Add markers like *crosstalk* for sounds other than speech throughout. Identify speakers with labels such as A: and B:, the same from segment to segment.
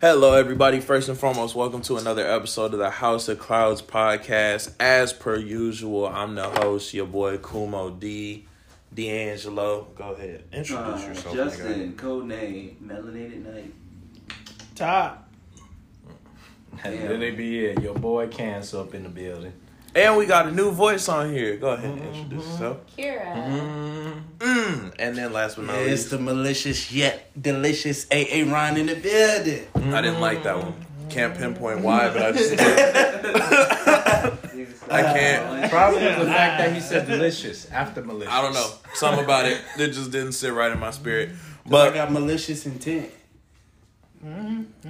A: Hello, everybody. First and foremost, welcome to another episode of the House of Clouds podcast. As per usual, I'm the host, your boy Kumo D. D'Angelo. Go ahead. Introduce
B: Uh,
A: yourself.
B: Justin, codename Melanated Night.
C: Todd. *laughs*
B: Yeah.
D: Let it be it. Your boy Can's up in the building.
A: nigga. And we got a new voice on here. Go ahead
C: Mm-hmm.
A: and introduce yourself.
E: Kira.
A: Mm-hmm. Mm. And then last but not
C: It's
A: least,
C: the malicious yet delicious AA Ron in the building.
A: I didn't like that one. Can't pinpoint why, but I
C: *laughs*
A: just I can't.
D: Probably the fact that he said delicious *laughs* after malicious.
A: I don't
D: *laughs*
A: know. Something about it that just didn't sit right in my spirit.
C: But I
A: But
C: got malicious intent.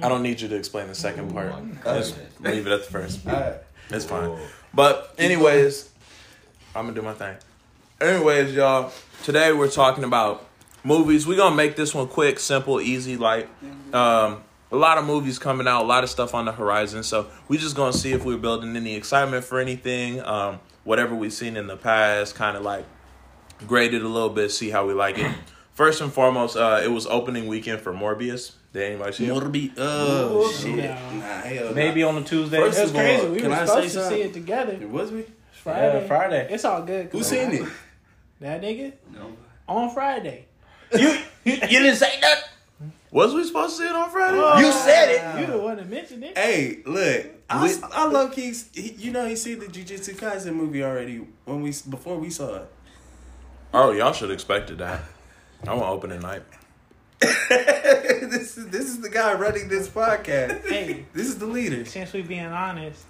A: I don't need you to explain the second part.
C: Oh
A: Just leave it at the first. It's fine.
D: Whoa.
A: But anyways, I'm gonna do my thing. Anyways, y'all, today we're talking about movies. We're gonna make this one quick, simple, easy, like um a lot of movies coming out, a lot of stuff on the horizon. So we're just gonna see if we're building any excitement for anything. Um, whatever we've seen in the past, kind of like grade it a little bit, see how we like *clears throat* it. First and foremost, uh, it was opening weekend for Morbius. Did anybody see it?
C: Morbi. Oh shit. Nah,
E: No.
C: hell nah.
D: Maybe on a Tuesday.
C: First
E: That's
C: of
E: crazy.
C: all,
E: we
C: can
E: were
C: I say
E: supposed to
C: something?
E: see it together.
C: It was me.
E: Friday.
D: Yeah, Friday.
E: It's all good.
A: *laughs*
C: Who seen *laughs* it?
E: That nigga
B: No.
E: on Friday.
D: You didn't say that.
A: Was we supposed to see it on Friday?
C: You said
E: You the one that mentioned it.
C: Uh. Hey, look. I, I love Keeks. He, you know he seen the Jujutsu Kaisen movie already when we before we saw it. *laughs*
A: Oh, y'all should have expected that. I want opening night.
C: this is this is the guy running this podcast.
E: Hey.
C: This is the leader.
E: Since we being honest,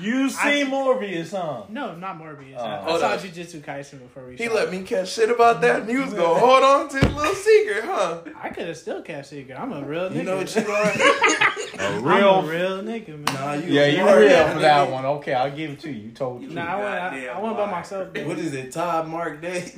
D: You seen Morbius, huh?
E: no, not Morbius.
D: Oh.
E: I, I saw Jujutsu Kaisen before we.
A: He
E: saw
A: let
E: it.
A: me catch shit about that, and he was gonna hold on to his little secret,
C: *laughs*
A: huh?
E: I could have still cast it. I'm a real nigga.
C: You know what you are?
D: A
E: I'm a
D: real.
E: real nigga, man.
C: Nah, you-
D: Yeah, you
C: Yeah,
D: real
C: yeah,
D: for that
C: nigga.
D: one. Okay, I'll give it to you. You told
B: You
D: you.
E: Nah, I went. I,
B: Goddamn
E: I went by
B: lie.
E: myself. Baby.
C: what is it? Todd Mark Day.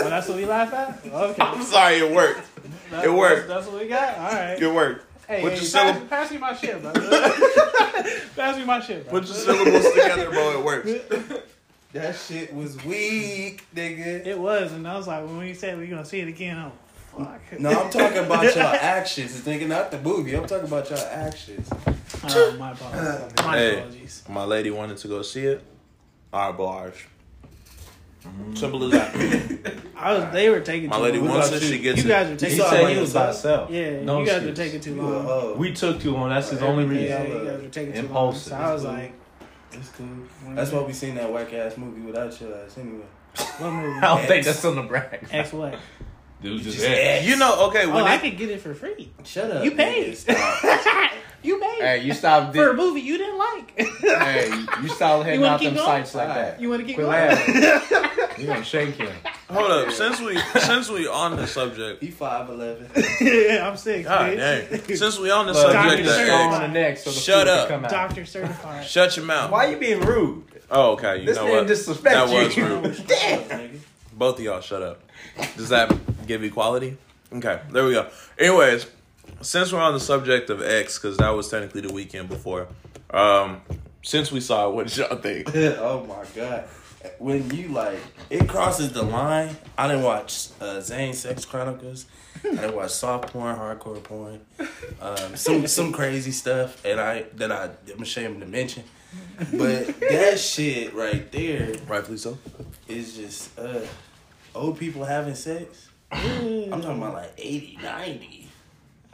E: Oh, that's what we laugh
C: *laughs*
E: at. Okay,
A: I'm sorry, it worked.
E: That's-
A: it worked.
E: That's, that's what we got. All right.
A: It worked.
E: hey,
A: what
E: hey,
A: you
E: pass,
A: sell 'em?
E: pass me my shit, bro. *laughs* pass me my shit, bro.
A: Put your syllables together, bro. It works.
C: That shit was weak, nigga.
E: It was, and I was like, when we said we gonna see it again, I'm fuck.
C: No, I'm talking
D: *laughs*
C: about y'all actions, nigga, not the movie. I'm talking about y'all actions.
E: *laughs* Oh, my apologies. My
A: Hey.
E: apologies.
A: My lady wanted to go see it. I obliged. Mm. Simple as that.
C: *coughs*
E: I was. They were taking.
A: My
E: too
A: lady
E: long.
A: wants it.
C: about you?
A: She
E: You
A: gets it.
E: guys were
D: He
E: taking.
C: saw
E: too
D: said
C: it
E: long.
D: he was by himself.
E: Yeah,
D: no
E: you guys were
D: excuse.
E: taking too
C: You a
E: long.
A: Oh.
C: hoe.
D: We took too long. That's his only
E: yeah,
D: reason.
E: you guys were taking too
D: Impulsive.
E: long. So I was like,
C: It's cool. That's why we seen that whack ass movie without your ass anyway.
E: what
D: *laughs*
E: movie?
D: I don't think that's on the brag.
E: X what?
D: It was just
A: You know, okay,
E: Oh,
A: when
E: I
A: it,
E: could get it for free. *laughs*
C: Shut up.
E: You paid.
C: nigga. *laughs* Stop.
E: you paid
D: Hey, you stop.
E: for
D: Di-
E: a movie you didn't like. *laughs*
D: hey, you stop heading
E: wanna
D: out
E: keep
D: them
E: going?
D: sites like that.
E: you want to keep
D: Quit
E: going?
D: laughing. You gonna shake him?
A: hold up. Since we since we on the subject,
C: He five eleven.
E: *laughs* yeah, I'm
D: *laughs*
E: sick.
A: god
E: bitch.
A: dang. Since we on the
D: Look,
A: subject,
E: Dr.
A: of
D: on
E: Seuss.
A: eggs,
D: the next. So the
A: Shut
D: food can
A: up.
D: Come out.
E: Doctor
A: *laughs*
E: certified.
A: shut your mouth.
D: Why you being rude?
A: Oh, okay. You
D: This
A: know
D: man
A: what?
D: disrespect
A: that
D: you.
A: was rude.
D: *laughs*
A: Both of y'all shut up. Does that give equality? Okay, there we go. Anyways, since we're on the subject of X, because that was technically the weekend before, um, since we saw it, what did y'all think?
C: *laughs* oh my god. When you like it crosses the line. I didn't watch uh, Zane Sex Chronicles. I didn't watch soft porn, hardcore porn, um, some some crazy stuff, and I that I am ashamed to mention. But that shit right there
A: Rightfully so.
C: is just uh, old people having sex. I'm talking about like 80, 90.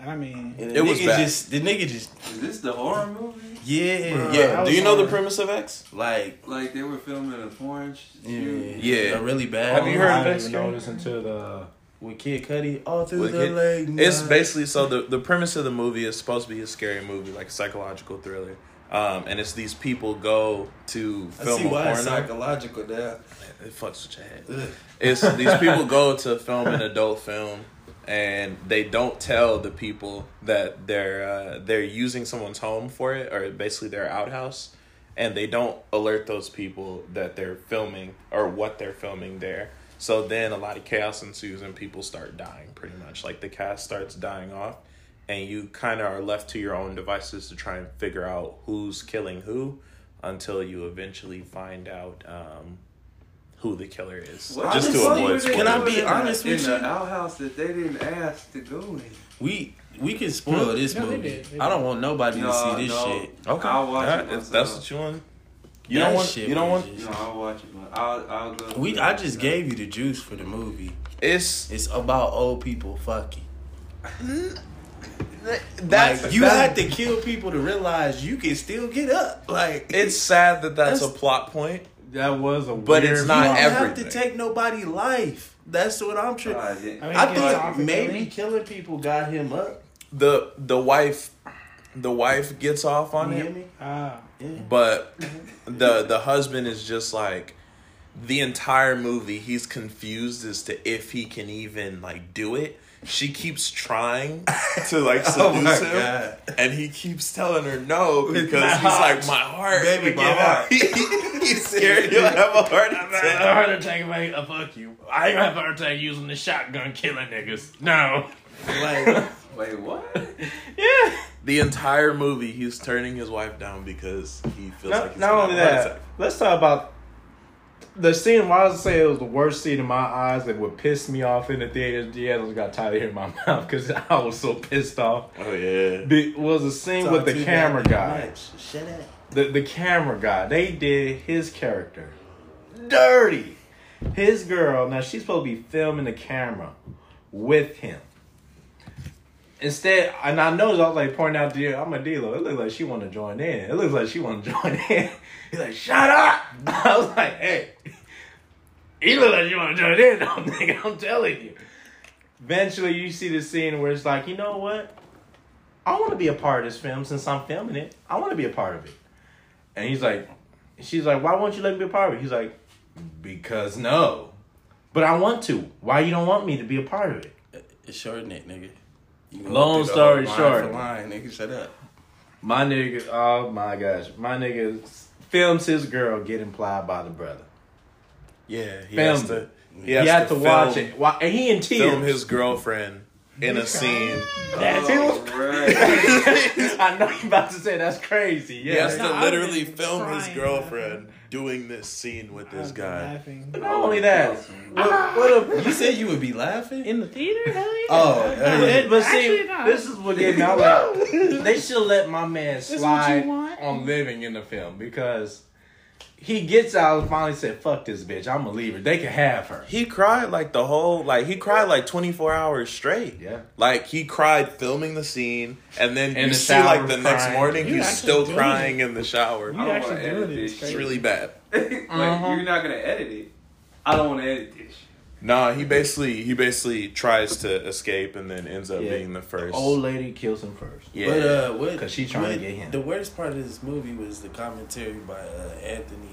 E: I mean,
C: And the
A: It was
C: nigga
A: bad.
C: just the nigga just
B: Is this the horror movie?
C: yeah
A: Yeah.
E: that
A: Do you
E: was
A: know the
E: hard.
A: premise of X?
C: like
B: Like they were filming a porn sh-
C: yeah,
B: shoot.
A: Yeah.
C: a really bad.
A: Have you
C: one.
A: heard
D: I
A: of
D: didn't
A: Dexter?
D: even notice until the
C: with Kid Cudi all through
A: With
C: the
A: Kid-
C: late night.
A: It's basically so the the premise of the movie is supposed to be a scary movie, like a psychological thriller. Um, and it's these people go to
C: I
A: film
C: see
A: a
C: why it's
A: porno.
C: psychological now.
A: It fucks with your head.
C: Ugh.
A: It's these people go to film an adult film, and they don't tell the people that they're uh, they're using someone's home for it, or basically their outhouse, and they don't alert those people that they're filming or what they're filming there. So then a lot of chaos ensues, and people start dying pretty much. Like the cast starts dying off, and you kind of are left to your own devices to try and figure out who's killing who, until you eventually find out. Um, who the killer is,
B: What?
A: just to
C: Honestly,
A: avoid
C: can
A: spoilers.
C: I be honest with
B: in
C: you?
B: the outhouse that they didn't ask to go in.
C: We we can spoil this
E: No, they
C: movie.
E: did. They
C: I don't want nobody to
B: No,
C: see this
B: no.
C: shit.
A: Okay,
B: I'll watch
A: Alright,
B: it
A: if
B: myself.
A: that's what you want. You
C: That
A: don't want.
C: shit
A: You don't
C: was
A: want.
C: just-
B: No, I'll watch it. man. I'll I'll go.
C: we I just gave you the juice for the movie.
A: It's
C: It's about old people fucking.
A: that
C: like, you
A: that-
C: had to kill people to realize you can still get up. Like
A: It's sad that that's,
C: That's-
A: a plot point.
D: That was a
A: But
D: weird
A: it's
C: you
A: not
C: don't have to
A: everything.
C: take nobody life. That's what I'm
B: No, I
C: trying.
B: didn't.
E: I mean,
C: I
E: killing
C: think
E: off a
C: maybe
E: killing.
C: killing people got him up.
A: The the wife, the wife gets off
C: You
A: on
C: hear
A: it,
C: me?
E: Ah,
C: Yeah.
A: but the the husband is just like the entire movie. He's confused as to if he can even like do it. She keeps trying to like seduce
C: Oh my
A: him,
C: god.
A: and he keeps telling her no
C: With
A: because
C: my
A: he's
C: heart.
A: like my heart, *laughs*
C: Baby, my
A: Give
C: heart.
A: out. he's scared he'll have a
F: *laughs*
A: heart
F: I had a
A: attack.
F: heart attack, mate. Oh, fuck you. I ain't gonna have a heart attack using the shotgun killing niggas.
D: *laughs*
F: No.
C: *laughs* Like
B: Wait,
C: *laughs*
B: what?
F: Yeah.
A: The entire movie, he's turning his wife down because he feels like
D: Not,
A: he's
D: not
A: gonna
D: only
A: have a heart
D: that,
A: attack.
D: let's talk about the scene. Why I would say it was the worst scene in my eyes that would piss me off in the theater. Yeah, I got tired of hearing my *laughs* mouth because I was so pissed off.
A: Oh yeah.
D: Be, was the scene with the camera guy.
C: Shut up.
D: The the camera guy. They did his character dirty. His girl. Now she's supposed to be filming the camera with him. Instead, and I noticed I was like pointing out to you, I'm a dealer. It looks like she want to join in. It looks like she want to *laughs* join in. He's like, shut up. *laughs* I was like, hey,
F: You look like you wanna join
D: *laughs*
F: in, though, nigga. I'm telling you.
D: eventually you see the scene where it's like, you know what? I want to be a part of this film since I'm filming it. I want to be a part of it. And he's like, she's like, why won't you let me be a part of it? He's like, because no. But I want to. Why you don't want me to be a part of it?
C: It's shorten it, nigga. You gonna
D: Long
C: do the
D: story
C: line
D: short.
C: for line, nigga, shut up.
D: My nigga, oh my gosh, my nigga films his girl getting plied by the brother.
A: Yeah. He
D: Film
A: has to.
D: it.
A: He
D: You
A: has,
D: have to,
A: film,
D: watch it. Why, and he in
A: Film
D: *laughs* tears.
A: his girlfriend in a scene.
D: That's- he was-
B: *laughs* right.
D: I know you about to say that's crazy.
A: He has
D: Yeah.
E: No, I
A: to
E: would've
A: literally
E: been
A: film his
E: crying.
A: girlfriend doing this scene with
E: I was
A: this guy.
E: laughing.
D: Not only that, what, what a
C: You said you would be laughing?
E: in the theater. Hell yeah.
C: Oh,
E: No,
C: yeah.
E: that-
D: But see,
E: actually, no.
D: this is what getting out.
C: *laughs*
D: Like, they should let my man
E: what you
D: slide
E: want?
D: on living in the film because he gets out and finally said, "Fuck this bitch, I'm gonna leave her. They can have her."
A: He cried like the whole like he cried like twenty four hours straight.
D: Yeah.
A: Like he cried filming the scene, and then
D: In
A: you
D: the
A: see like
D: shower
A: the next
D: crying.
A: morning
E: You
A: he's
E: actually
A: still
E: did it.
A: crying in the shower.
E: you
B: don't
E: actually
B: wanna
E: doing
B: edit
E: it. It's
B: this.
A: It's
E: crazy.
A: really bad.
B: *laughs* Like,
C: Uh-huh.
B: you're not gonna edit it. I don't want to edit this.
A: Nah, he basically he basically tries to escape and then ends up
D: Yeah.
A: being the first.
D: Old lady kills him first.
A: yeah.
C: But uh, what?
D: 'Cause she trying to
C: what-
D: get him.
C: The worst part of this movie was the commentary by uh, Anthony.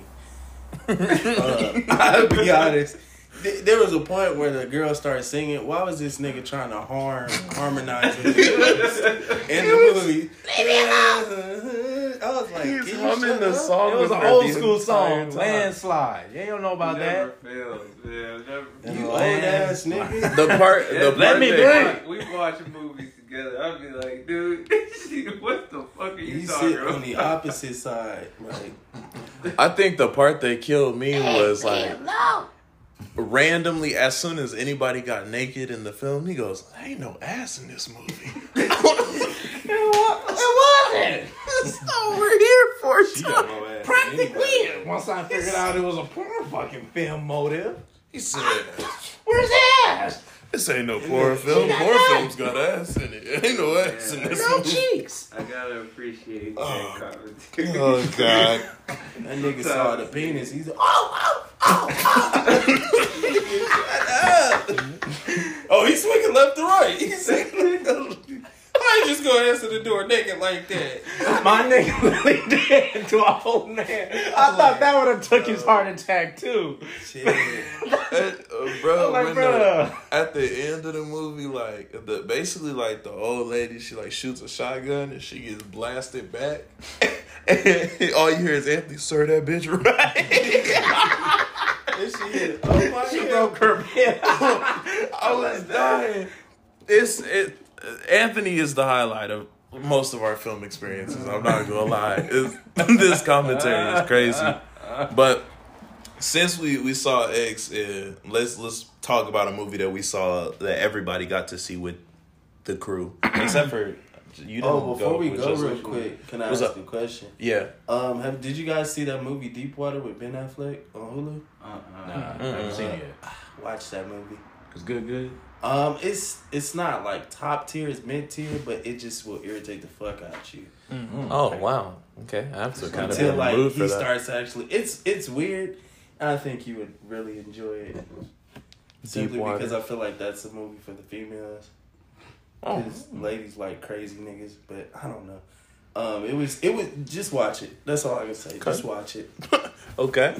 A: *laughs*
C: uh, I'll be honest. Th- There was a point where the girl started singing. Why was this nigga trying to harm harmonize with the
A: *laughs*
C: girls in the movie? *laughs* I was like,
A: He's
C: "Can you
A: humming
C: shut
A: the
C: up?"
A: song.
D: It was
A: with
D: an
A: her
D: old
A: the
D: school
A: entire
D: song,
A: time.
D: landslide. Yeah, you don't know about
B: never
D: that.
B: fails. Yeah, never.
C: You
D: You
C: old ass
D: *laughs*
C: nigga.
A: The part,
B: Yeah,
A: the
D: Let
A: part
D: me
A: that,
D: breathe.
B: We watch movies together. I'd be like, dude, *laughs* what the fuck are you,
C: You
B: talking
C: sit
B: about?
C: on the opposite side.
A: *laughs*
C: Like,
A: I think the part that killed me was like randomly as soon as anybody got naked in the film, he goes, "There ain't no ass in this movie." *laughs*
C: she got no ass.
E: Weird. Once I figured out it was a porn fucking film motive,
A: He said,
E: where's that?
A: "This ain't no horror film. Horror films got ass in it. There ain't no ass in this."
E: No
A: movie.
E: cheeks.
B: I gotta appreciate
A: Oh.
B: that commentary.
A: Oh god.
C: That nigga saw the penis. He's like,
A: *laughs* Oh, he's swinging left to right. *laughs*
C: I ain't just gonna answer the door naked like that.
D: My *laughs* nigga really did to a whole man. I thought that would have took his heart attack too.
C: Shit.
A: uh, bro,
D: I'm like,
A: when the-
D: bruh.
A: at the end of the movie, like the basically like the old lady, she like shoots a shotgun and she gets blasted back. *laughs* and all you hear is Anthony, sir, that bitch *laughs* right.
C: This shit. Oh my
D: She
C: god.
D: broke her *laughs* man.
A: I was dying. It's it. Anthony is the highlight of most of our film *laughs* experiences. I'm not gonna lie. It's, this commentary is crazy, but since we we saw X, uh, let's let's talk about a movie that we saw that everybody got to see with the crew, *coughs* except for you. Didn't
C: Oh, before
A: go
C: we
A: with
C: go
A: Justin.
C: real quick, can I
A: What's
C: ask
A: up?
C: a question?
A: yeah,
C: Um, have, did you guys see that movie Deepwater with Ben Affleck on
D: Nah,
B: *laughs* Uh-uh.
D: I haven't seen it yet.
C: Hulu? Watch that movie.
D: It's good, good.
C: Um, it's it's not like top tier, it's mid tier, but it just will irritate the fuck out you
A: Oh wow. Okay, I have to kind of be
C: until
A: in the
C: like
A: mood
C: he
A: for that.
C: starts actually. It's it's weird, and I think you would really enjoy it simply
A: Deepwater.
C: because I feel like that's a movie for the females.
A: Oh.
C: Cause ladies like crazy niggas, but I don't know. Um, it was it was just watch it. That's all I can say. Just watch it.
A: *laughs* Okay,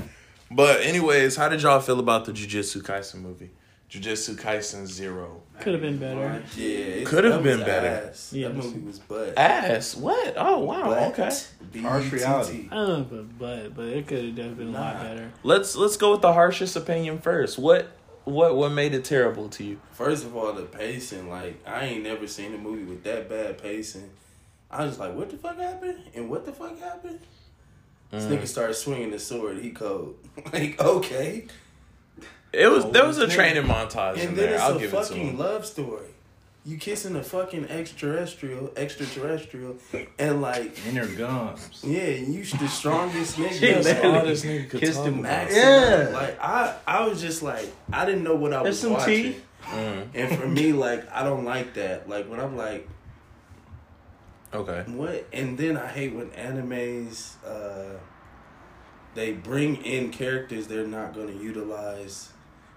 A: but anyways, how did y'all feel about the Jujutsu Kaisen movie? Jujutsu Kaisen Zero.
E: Could have been better.
C: Yeah, it-
A: Could have
C: that
A: been
C: was
A: better.
C: Ass.
E: Yeah,
C: that
E: this-
C: movie was butt. E
A: Ass. What? Oh wow.
C: Butt.
A: Okay.
C: B-U-T-T.
D: Harsh reality.
E: I don't know, but but, but it could have definitely been a lot
C: Nah.
E: better.
A: Let's let's go with the harshest opinion first. What what what made it terrible to you?
C: First of all, the pacing. Like I ain't never seen a movie with that bad pacing. I was like, what the fuck happened? And what the fuck happened? This
A: Mm.
C: nigga started swinging the sword. He cold. *laughs* like okay.
A: It was there was a
C: Dude.
A: training montage in
C: And then
A: there.
C: it's
A: I'll
C: a
A: give it to
C: fucking
A: him.
C: love story. You kissing a fucking extraterrestrial, extraterrestrial, and like,
F: In their gums.
C: yeah, you the strongest nigga.
D: That's all
C: man.
D: this nigga could
C: Kissed
D: talk
C: him
D: about.
C: maxing
D: Yeah.
C: out. Like I, I was just like, I didn't know what I
D: There's
C: was
D: some
C: watching.
D: tea.
A: Mm.
C: And for me, like, I don't like that. Like when I'm like,
A: Okay.
C: what? And then I hate when animes, uh, they bring in characters they're not going to utilize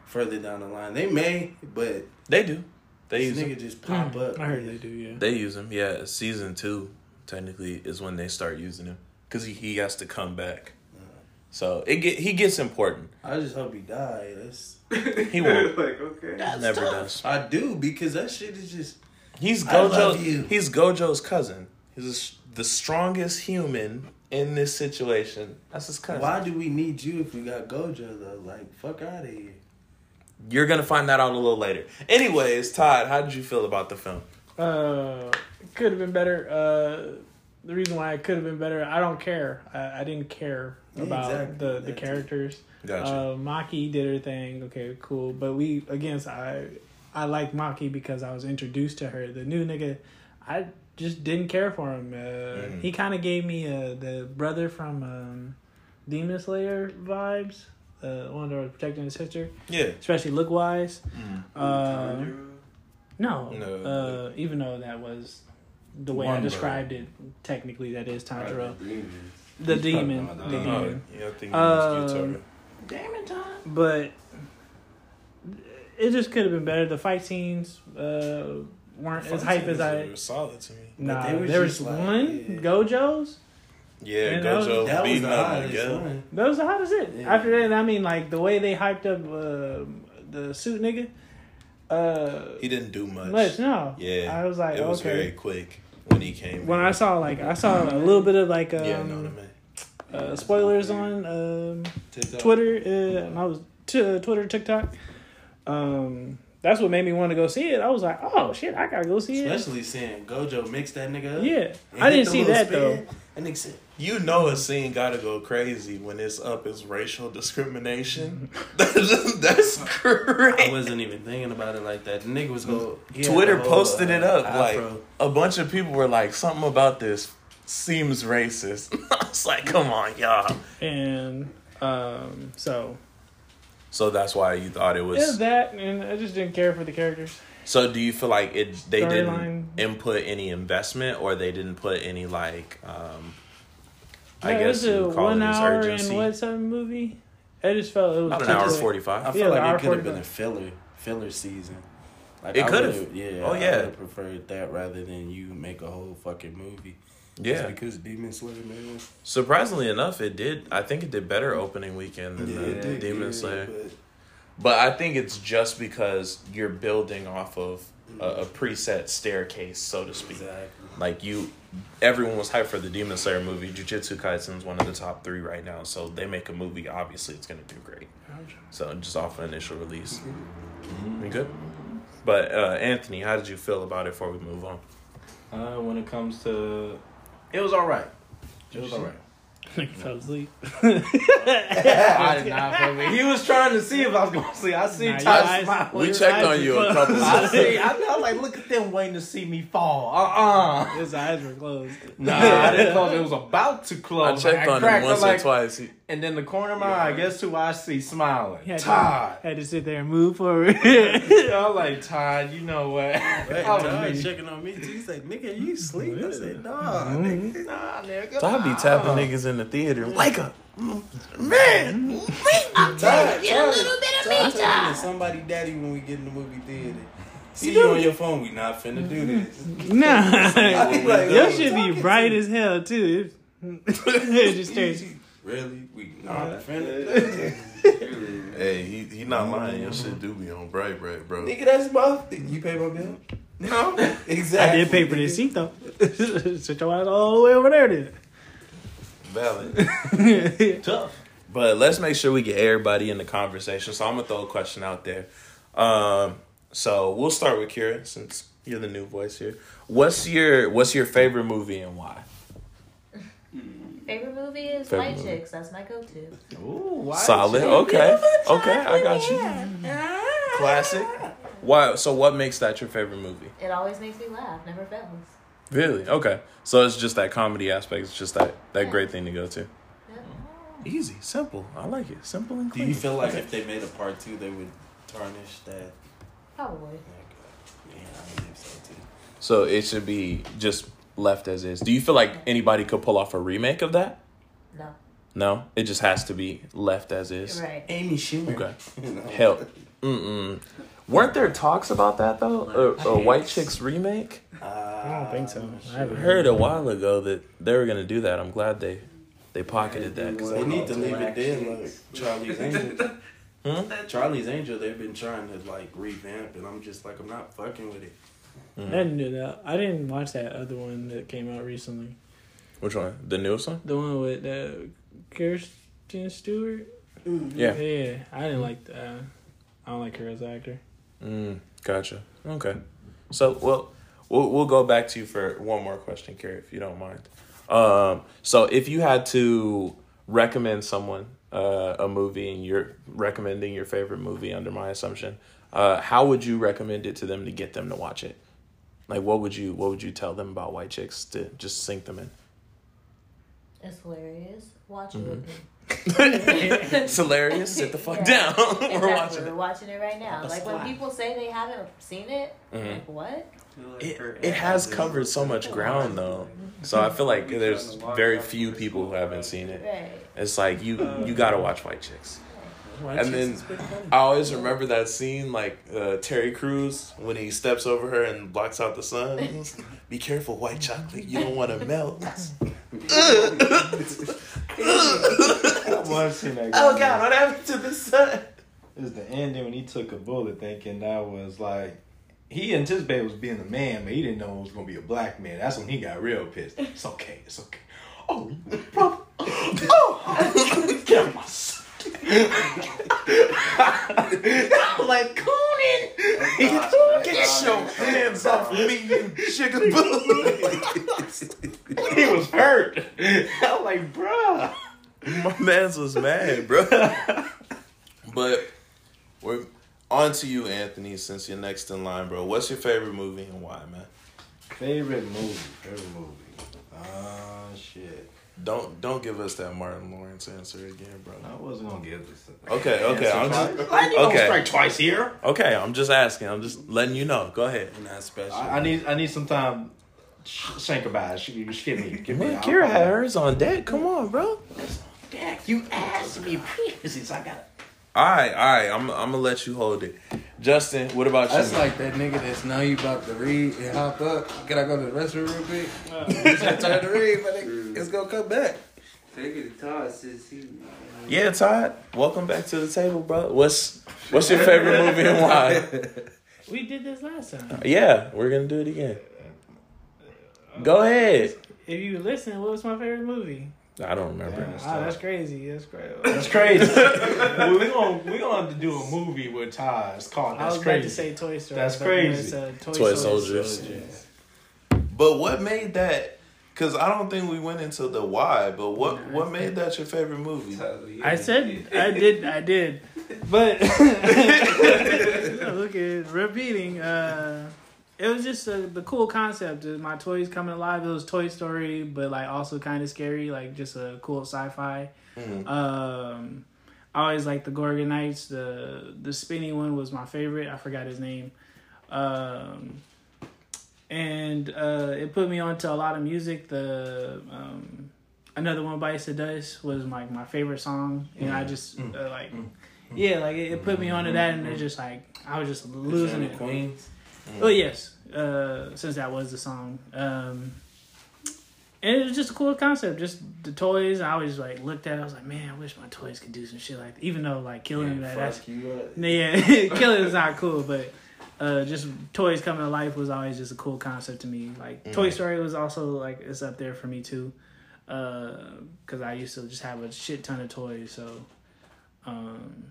C: further down the line. They may, but
A: They do. They
C: this
A: use
C: nigga
A: them.
C: just pop
D: Mm,
C: up.
E: I heard they do, yeah.
A: They use him. Yeah, season two technically is when they start using him because he, he has to come back. So it get he gets important.
C: I just hope he died. That's
B: *laughs*
A: He won't.
B: like, okay.
A: Never does.
C: I do because that shit is just
A: He's
C: I love
A: Gojo.
C: you.
A: He's Gojo's cousin. He's the s- the strongest human in this situation. That's his cousin.
C: why do we need you if we got Gojo though? Like fuck out of here.
A: You're gonna find that out a little later. Anyways, Todd, how did you feel about the film?
E: Uh, could have been better. Uh, the reason why it could have been better, I don't care. I, I didn't care
C: Yeah,
E: about
C: exactly.
E: the,
C: That's
E: the
C: it.
E: characters.
A: Gotcha.
E: Uh, Maki did her thing. Okay, cool. But we again, so I I like Maki because I was introduced to her. The new nigga, I just didn't care for him. Uh,
B: Mm-hmm.
E: He kind of gave me uh, the brother from um, Demon Slayer vibes. Uh, one that was protecting his sister,
A: yeah.
E: especially look wise.
B: Mm-hmm.
E: Uh, no,
A: No,
E: uh, even though that was the way I
F: One
E: described it, technically that is Tanjiro,
B: Demons.
E: the
B: He's
E: demon,
B: talking
E: the
B: about that.
A: Oh,
E: demon.
A: yeah, I think
E: Uh,
A: it's Utah.
F: Damn it, Tom.
E: but it just could have been better. The fight scenes uh, weren't as hype as I.
A: solid to me.
E: Nah,
C: they was
E: there
C: just
E: was
C: like,
E: one
C: yeah.
E: Gojo's.
A: Yeah,
E: Man, that was-
A: Gojo
C: That was
A: beating
C: the
A: up
C: hottest
A: Miguel.
C: one.
E: That was the hottest it.
C: Yeah.
E: After that, I mean, like the way they hyped up um the suit nigga. Uh,
A: He didn't do much.
E: much no.
A: Yeah,
E: I was like,
A: it was
E: okay.
A: very quick when he came.
E: when
A: in.
E: I saw like I saw a little bit of like um,
A: yeah, no, no, man.
E: uh, spoilers on um, Twitter, uh, and I was t- uh, Twitter, TikTok. Um, that's what made me want to go see it. I was like, oh shit, I gotta go see it.
C: Especially seeing Gojo mix that nigga up.
E: Yeah,
C: and
E: I
C: hit
E: didn't
C: the
E: see
C: little
E: that
C: spin.
E: though.
C: That nigga said,
A: You know a scene gotta go crazy when it's up is racial
E: *laughs*
A: discrimination. *laughs* That's
C: I
A: crazy.
C: wasn't even thinking about it like that. The nigga was go. he had
A: Twitter
C: the whole,
A: posted
C: uh,
A: it up like
C: afro.
A: a bunch of people were like, something about this seems racist. *laughs* I was like, come on, y'all.
E: And um, so
A: So that's why you thought it
E: yeah,
A: was.
E: that, and I just didn't care for the characters.
A: So do you feel like it? They
E: Storyline.
A: didn't input any investment, or they didn't put any like. um I
E: Yeah,
A: guess
E: it
A: you
E: was
A: would
E: a
A: call it
E: one
A: as
E: hour
A: urgency.
E: and what something movie. I just felt it was
A: About an
E: too
A: hour
E: quick. *laughs*
A: forty
C: I
A: five.
E: Yeah,
C: feel
E: the hour
C: like it could have been
E: 45.
C: a filler filler season. Like
A: It
C: I
A: could've.
C: would've- Yeah.
A: Oh,
C: I
A: yeah.
C: would've preferred that rather than you make a whole fucking movie. Just
A: Yeah.
C: because Demon Slayer man.
A: Surprisingly enough, it did. I think it did better opening weekend than
C: it
A: the
C: did
A: Demon
C: good,
A: Slayer.
C: but-
A: But I think it's just because you're building off of a, a preset staircase, so to speak.
C: Exactly.
A: Like you, everyone was hyped for the Demon Slayer movie. Jujutsu Kaisen is one of the top three right now, so they make a movie. Obviously, it's gonna do great. So just off an initial release, we good. But uh, Anthony, how did you feel about it before we move on?
D: *laughs* Uh, when it comes to, it was all right. It was all right.
E: Nigga
A: *laughs*
E: fell asleep.
D: I did not fuck with- He was trying to see if I was going to sleep. I see
E: Nah, your
D: Ty
E: eyes-
D: smile.
A: We
E: your
A: checked
E: eyes
A: on
E: were
A: you a
E: closed. *laughs*
A: couple
D: I *laughs* see. I, I was like, look at them waiting to see me fall. Uh uh
E: His eyes were closed.
D: Nah, *laughs* I didn't close. It was about to
A: I
D: close.
A: checked on him
D: cracked, Oh, I'm
A: once
D: like,
A: or twice. He,
D: And then the corner of my eye, guess who I see smiling?
E: He had to-
D: Todd.
E: Had to sit there and move forward.
A: *laughs*
D: *laughs* I was like, Todd, you know what?
C: Hey,
D: *laughs* I was
C: Todd
D: like,
C: checking on me too. He's like, nigga, you sleep? I said, nah. nigga.
D: nah, nigga.
A: so I be tapping niggas in the theater. Wake up.
C: Todd, get a little bit of me time. Somebody daddy when we get in the movie theater. See you on your phone. We not finna do
E: Mm-hmm.
C: this.
E: *laughs* nah.
C: I be like,
E: Your
C: "Who you
E: shit
C: talking
E: be
C: to?"
E: bright as hell, too. It just stares.
C: Really? We not finna do this.
A: Hey, he, he not lying. Your shit do be on bright, bright, bro.
C: Nigga, that's my. You pay my bill? No.
E: I
C: *laughs* Exactly. Oh
E: did pay
C: *laughs*
E: for this seat, though. *laughs* Sit your eyes all the way over there, then.
A: Valid.
E: *laughs*
D: tough.
A: But let's make sure we get everybody in the conversation. So I'm gonna throw a question out there. Um, so we'll start with Kira since you're the new voice here. What's your What's your favorite movie and why?
G: Favorite movie is
A: Favorite
G: White
A: movie.
G: Chicks. That's my go-to.
D: Ooh, why
A: Solid. Okay. Okay. I got you.
C: Mm-hmm.
A: Classic. Why? So what makes that your favorite movie?
G: It always makes me laugh. Never fails.
A: Really? Okay. So it's just that comedy aspect. It's just that that
G: Yeah.
A: great thing to go to.
G: Yep.
A: Easy, simple. I like it. Simple and
C: Do you feel like if they made a part two, they would tarnish that?
G: Probably.
C: Yeah, I believe so too.
A: So it should be just left as is. Do you feel like anybody could pull off a remake of that?
G: No.
A: No, it just has to be left as is.
G: Right.
C: Amy Schumer.
A: Okay.
C: You know? *laughs*
A: Help. Mm mm. Weren't there talks about that though? A, a White Chicks remake?
C: Uh,
E: I don't think so. I
A: I
E: haven't
A: heard a while ago that they were gonna do that. I'm glad they they pocketed that. 'cause
C: They need to leave it dead like
B: Actions.
C: *laughs* Charlie's Angel.
A: Hmm?
C: Charlie's Angel, they've been trying to like revamp, and I'm just like, I'm not fucking with it.
E: I didn't do that. I didn't watch that other one that came out recently.
A: Which one? The newest one?
E: The one with uh, Kirsten Stewart.
A: Yeah.
E: Yeah, I didn't like. Uh, I don't like her as an actor.
A: Mm, gotcha. Okay. So, well, we'll we'll go back to you for one more question, Carrie, if you don't mind. Um, so if you had to recommend someone uh, a movie and you're recommending your favorite movie under my assumption, uh, how would you recommend it to them to get them to watch it? Like, what would you what would you tell them about White Chicks to just sink them in? *laughs*
G: It's hilarious. Watch it with me.
A: Mm-hmm. it's hilarious. Sit the fuck
G: Yeah.
A: down. *laughs* We're
G: Exactly.
A: watching
G: We're
A: it.
G: watching it right now.
C: Papa
G: Like when
C: Sly.
G: people say they haven't seen it, I'm
A: Mhm.
G: like what?
A: It, it has covered so much ground though, so I feel like there's very few people who haven't seen it.
G: Right.
A: It's like you you gotta watch White Chicks.
E: Oh,
C: White
A: And
C: Chicks
A: then-
C: is pretty funny.
A: I always remember that scene like uh, Terry Crews when he steps over her and blocks out the sun. He goes, Be careful, white chocolate. You don't want to melt.
D: I watched him that
C: oh god, what happened to the sun?
D: It was the ending when he took a bullet thinking that was like he anticipated it was being a man, but he didn't know it was gonna be a black man. That's when he got real pissed. It's okay, it's okay. Oh, you brother. Oh, get out my son. I'm *laughs* like, Coonan, get your hands off me, you chicken He was hurt. I'm like, bruh.
A: My man's was mad, bro. But we're on to you, Anthony. Since you're next in line, bro. What's your favorite movie and why, man?
D: Favorite movie, favorite movie. Ah, shit.
A: Don't don't give us that Martin Lawrence answer again, bro.
D: I wasn't gonna give this. a-
A: Okay, okay, Oh, I'm just
D: I need
A: Okay.
D: okay. strike twice here.
A: okay. I'm just asking. I'm just letting you know. Go ahead.
C: Not special.
D: I, I need I need some time. Sh- think about it. Sh- you Just give me, give me.
A: Man,
D: I'll-
A: Kira had hers on deck. Come on, bro.
F: Dak, you asked me previously, so I got
A: All right, all right. I'm I'm gonna let you hold it. Justin, what about you?
B: That's
A: man?
B: like that nigga that's know you about to read and hop up. Can I go to the restroom real quick? It's my turn to read, but it- it's gonna come back. Take it time since he.
A: yeah, Todd. Welcome back to the table, bro. What's what's your favorite movie and why?
B: *laughs*
E: We did this last time.
A: Yeah, we're gonna do it again. Go ahead.
E: If you listen, what was my favorite movie?
A: I don't remember.
E: Wow, that's crazy. That's crazy.
D: That's crazy. *laughs* well, we gonna we gonna have to do a movie with Ty. It's called
E: I
D: That's
E: was about to
D: Crazy.
E: say Toy Story.
D: That's
E: but no,
D: crazy.
E: It's, uh, Toy,
A: Toy
E: Soldier.
A: Soldiers. But what made that Because I don't think we went into the why, but what
B: Nah,
A: what made that your favorite movie?
E: I said I did I did, but *laughs* look at repeating. Uh, it was just uh the cool concept of my toys coming alive. It was Toy Story, but like also kind of scary, like just a cool sci-fi.
A: Mhm.
E: Um, I always liked the Gorgonites. The the spinny one was my favorite. I forgot his name. Um, and uh, it put me onto a lot of music. The um, another one bites the dust was like my favorite song, and I just uh, like yeah, like it, it put me onto that, and it just like I was just losing
C: Losing
E: it.
C: Queens.
E: Oh yes, uh, since that was the song. Um, and it was just a cool concept. Just the toys. I always like looked at. it, I was like, man, I wish my toys could do some shit like. Even though like killing that, that's
C: Fuck you up.
E: yeah, *laughs* killing is not cool, but uh, just toys coming to life was always just a cool concept to me. Like Toy Story was also like it's up there for me too, because I used to just have a shit ton of toys. So, um,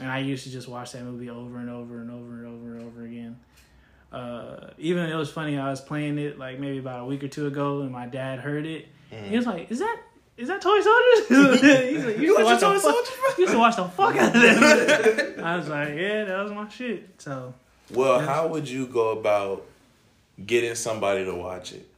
E: and I used to just watch that movie over and over and over and over and over again. Uh, even it was funny. I was playing it like maybe about a week or two ago, and my dad heard it. He was like, "Is that?" Is that Toy Soldiers? *laughs* He's like, Mm. you, used to watch Toy Soldiers? You used to watch the fuck out of that. movie." I was like, yeah, that was my shit. So
A: Well, how would you go about getting somebody to watch it?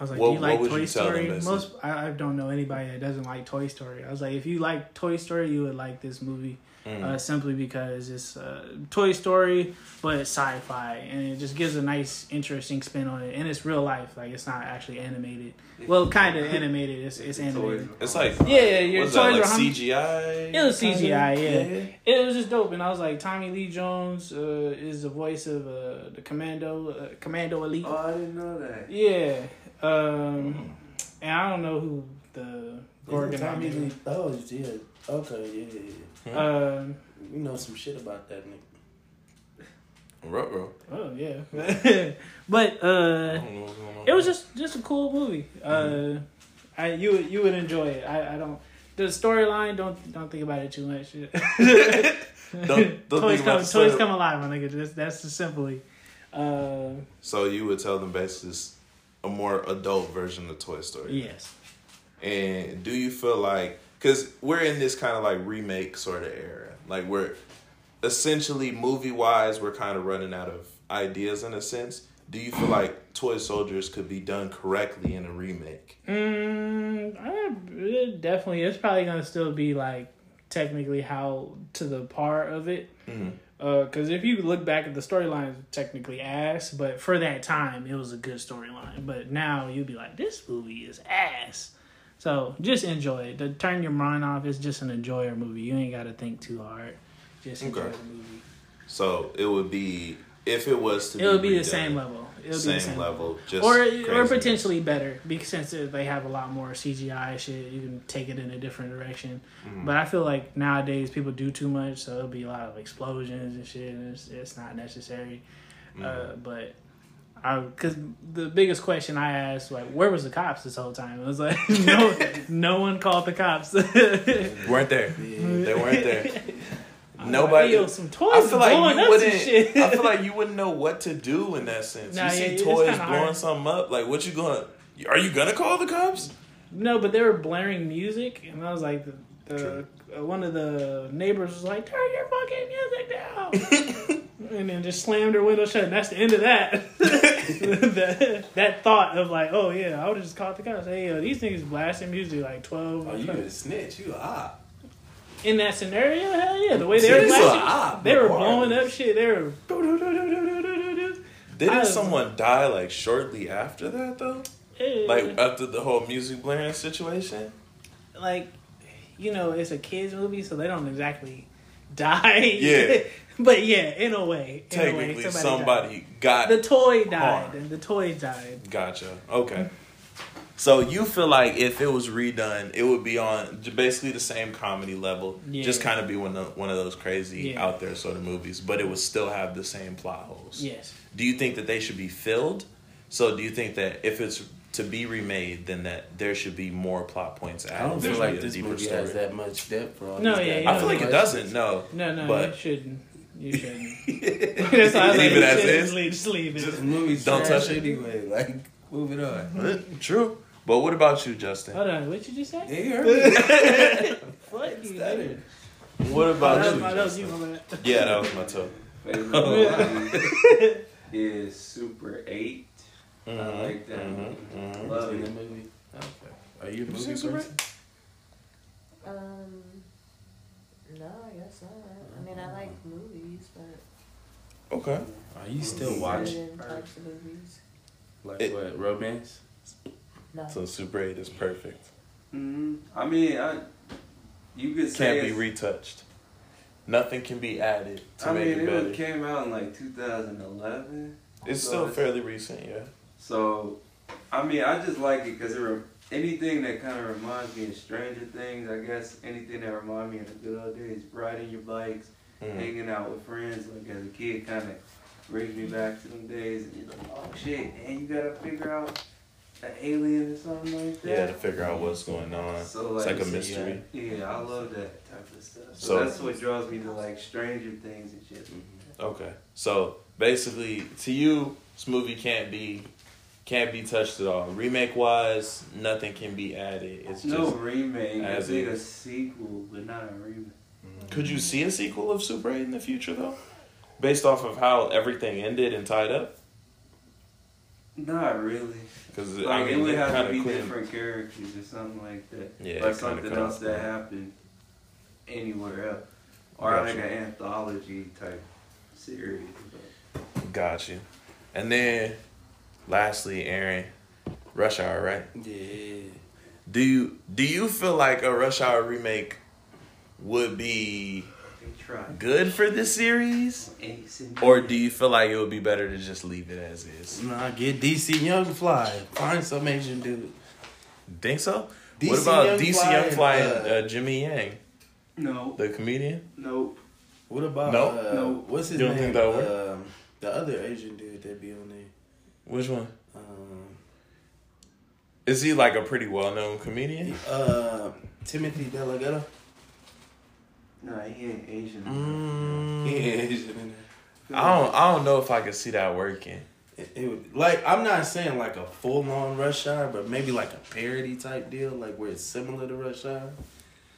E: I was like,
A: What-
E: do you like
A: what would
E: Toy
A: you tell them,
E: Story?
A: Bessie?
E: Most I, I don't know anybody that doesn't like Toy Story. I was like, if you like Toy Story, you would like this movie
A: Mm.
E: uh, simply because it's uh, Toy Story, but it's sci-fi, and it just gives a nice, interesting spin on it, and it's real life. Like it's not actually animated.
A: *laughs*
E: Well, kind of animated. It's it's animated.
B: *laughs*
A: It's like
E: Yeah, yeah, your
A: what's that,
E: toys
A: like
E: are hum-
A: CGI.
E: It was CGI, yeah. It was just dope, and I was like, Tommy Lee Jones uh, is the voice of uh, the Commando, uh, Commando Elite.
B: Oh, I didn't know that.
E: Yeah, um, and I don't know who the Gorgon.
C: Tommy
E: is.
C: Lee- Oh, yeah. Okay, yeah, yeah, yeah.
E: Um,
C: We know some shit about that nigga.
A: Ruh,
E: *laughs*
A: ruh.
E: oh yeah, *laughs* but
A: I
E: uh,
A: don't know what's going on. Mm-hmm.
E: it was just just a cool movie. Uh, I you would- you would enjoy it. I, I don't the storyline. Don't don't think about it too much. *laughs*
A: Don't- don't
E: toys
A: think about
E: come
A: the
E: toys
A: story.
E: come alive, my nigga. That's that's just simply. Uh,
A: So you would tell them basically it's a more adult version of Toy Story.
E: yes.
A: And do you feel like because we're in this kind of like remake sort of era, like we're essentially movie wise, we're kind of running out of ideas in a sense. Do you feel like Toy Soldiers could be done correctly in a remake?
E: Mm, I, it definitely. It's probably gonna still be like technically how to the par of it.
A: Mm-hmm.
E: Because if you look back at the storyline, it's technically ass. But for that time, it was a good storyline. But now you'd be like, this movie is ass. So just enjoy it. To turn your mind off. It's just an enjoyer movie. You ain't gotta think too hard. Just enjoy
A: Okay.
E: the movie.
A: So it would be if it was to
E: It would be
A: redone,
E: the same level. It would
A: same,
E: be the same
A: level, just
E: or or
A: craziness.
E: potentially better because since it- they have a lot more CGI shit, you can take it in a different direction.
A: Mm.
E: But I feel like nowadays people do too much, so it'll be a lot of explosions and shit, and it's, it's not necessary.
A: Mm.
E: Uh, but I because the biggest question I asked like, where was the cops this whole time? It was like
A: *laughs*
E: *laughs* no no one called the cops. *laughs*
A: weren't there. They weren't there. *laughs*
E: Like,
A: Nobody.
E: Yo, some toys
A: I feel like
E: blowing
A: you
E: up some
A: wouldn't.
E: shit. *laughs*
A: I feel like you wouldn't know what to do in that sense.
E: Nah,
A: you
E: yeah,
A: see
E: it's
A: toys
E: kinda
A: blowing
E: hard.
A: something up. Like, what you gonna? Are you gonna call the cops?
E: No, but they were blaring music, and I was like, the, the uh, one of the neighbors was like, "Turn your fucking music
A: *laughs*
E: down," and then just slammed her window shut. And that's the end of that. *laughs* that, that thought of like, "Oh yeah, I would have just caught the cops." Hey, yo, these niggas blasting music like twelve.
C: Oh, you a snitch. You a op.
E: In that scenario, hell yeah, the way they
C: You
E: were
C: a
E: blasting,
C: op.
E: they were
C: Bart.
E: blowing up shit. They were. do-do-do-do-do-do-do-do.
A: Didn't
E: I-
A: someone die like shortly after that though?
E: Eh.
A: Like after the whole music blaring situation.
E: like you know it's a kids movie so they don't exactly *laughs* die
A: Yeah.
E: *laughs* but yeah in a way in
A: Technically,
E: a way,
A: somebody,
E: died.
A: got.
E: the toy died
A: harmed.
E: and the toy died
A: gotcha. Okay. So you feel like if it was redone, it would be on j- basically the same comedy level,
E: Yeah.
A: just kind of be one of one of those crazy
E: Yeah.
A: out there sort of movies, but it would still have the same plot holes.
E: yes
A: Do you think that they should be filled? So do you think that if it's to be remade, then that there should be more plot points added?
C: I don't
A: There
C: feel
A: should
C: like
A: be a
C: this
A: deeper
C: movie
A: story.
C: has that much depth for all
E: No,
C: these
E: yeah,
C: guys.
E: yeah.
A: I feel like it doesn't. No, *laughs*
E: no no
A: But-
E: you shouldn't
A: *laughs*
E: you shouldn't that's why I was
A: Leave it
E: like, you
A: as
E: shouldn't.
A: is?
E: leave, just leave it
C: This movie's
A: Don't
C: trash
A: touch it.
C: anyway. Like
B: Move it on.
A: True. But what about you, Justin?
E: *laughs* Hold on, what did you just say?
B: Yeah, you heard me. *laughs*
E: What you
B: Stutter.
A: What
E: That
A: about
E: was my-
A: you?
E: that was you, my man.
A: Yeah, that was my toe.
H: Favorite
A: oh.
H: movie
A: *laughs*
H: is Super 8. I like that
A: Mm-hmm.
H: movie.
B: Mm-hmm.
H: Love
C: In the
H: it.
C: movie. Okay. Are you a movie
A: seen Super
C: person?
G: Um, no, I guess not. I mean, I like
A: Mm-hmm.
G: movies, but
A: Okay.
C: Are you still watching?
G: certain types of movies.
C: Like
A: It-
C: what? Romance?
G: No.
A: So Super 8 is perfect.
B: Mm-hmm.
H: Mhm. I mean, I, you could say
A: Can't be
H: it's-
A: retouched. Nothing can be added to
H: I
A: make
H: mean,
A: it
H: it
A: better.
H: came out in like 2011.
A: It's
H: so
A: still
H: it's-
A: fairly recent, yeah.
H: So, I mean, I just like it because it re- anything that kind of reminds me of Stranger Things, I guess, anything that reminds me of the good old days, riding your bikes,
A: Mm.
H: hanging out with friends, like as a kid, kind of brings me back to them days. And you're like, oh shit, and you gotta figure out an alien or something like
A: Yeah, to
H: that.
A: figure out what's going on.
H: So
A: It's
H: like,
A: like a mystery.
H: yeah, I love that type of stuff. So,
A: So- Mm-hmm.
H: that's what draws me to like Stranger Things and shit.
A: Okay. So basically, to you, this movie can't be can't be touched at all. Remake wise, nothing can be added. It's
H: No
A: just.
H: remake. I
A: as
H: think a
A: is.
H: sequel, but not a remake.
A: Could you see a sequel of Super Eight in the future though? Based off of how everything ended and tied up,
H: Not really.
A: because
H: Like
A: I
H: it
A: mean,
H: would
A: they
H: have
A: kind
H: to
A: of
H: be
A: clean.
H: different characters or something like that.
A: Yeah,
H: like
A: it kinda
H: something
A: cut
H: else
A: off,
H: that
A: yeah.
H: happened anywhere else, or
A: Gotcha.
H: like an anthology type series. But
A: Got you. And then, lastly, Aaron, Rush Hour, right?
C: Yeah.
A: Do you do you feel like a Rush Hour remake would be
H: they tried.
A: good for this series,
H: Ace and
A: or do you feel like it would be better to just leave it as is?
C: Nah, get DC Young Fly. Find some Asian dude.
A: Think so?
C: DC
A: what about
C: Young
A: DC
C: Fly
A: Young Fly and
C: and,
A: uh, Jimmy Yang,
H: no,
A: the comedian?
H: nope.
C: What about
A: No?
C: uh,
H: No.
C: what's his
A: You don't
C: name?
A: think that would
C: um, the other Asian dude that be on there.
A: Which one?
C: Um,
A: Is he like a pretty well known
C: *laughs*
A: comedian?
C: uh, Timothy Delgado.
H: Nah, he ain't Asian.
A: Mm,
C: He ain't Asian in there.
A: I don't I don't know if I could see that working.
C: It, it would, like I'm not saying like a full on Rush Hour, but maybe like a parody type deal, like where it's similar to Rush Hour.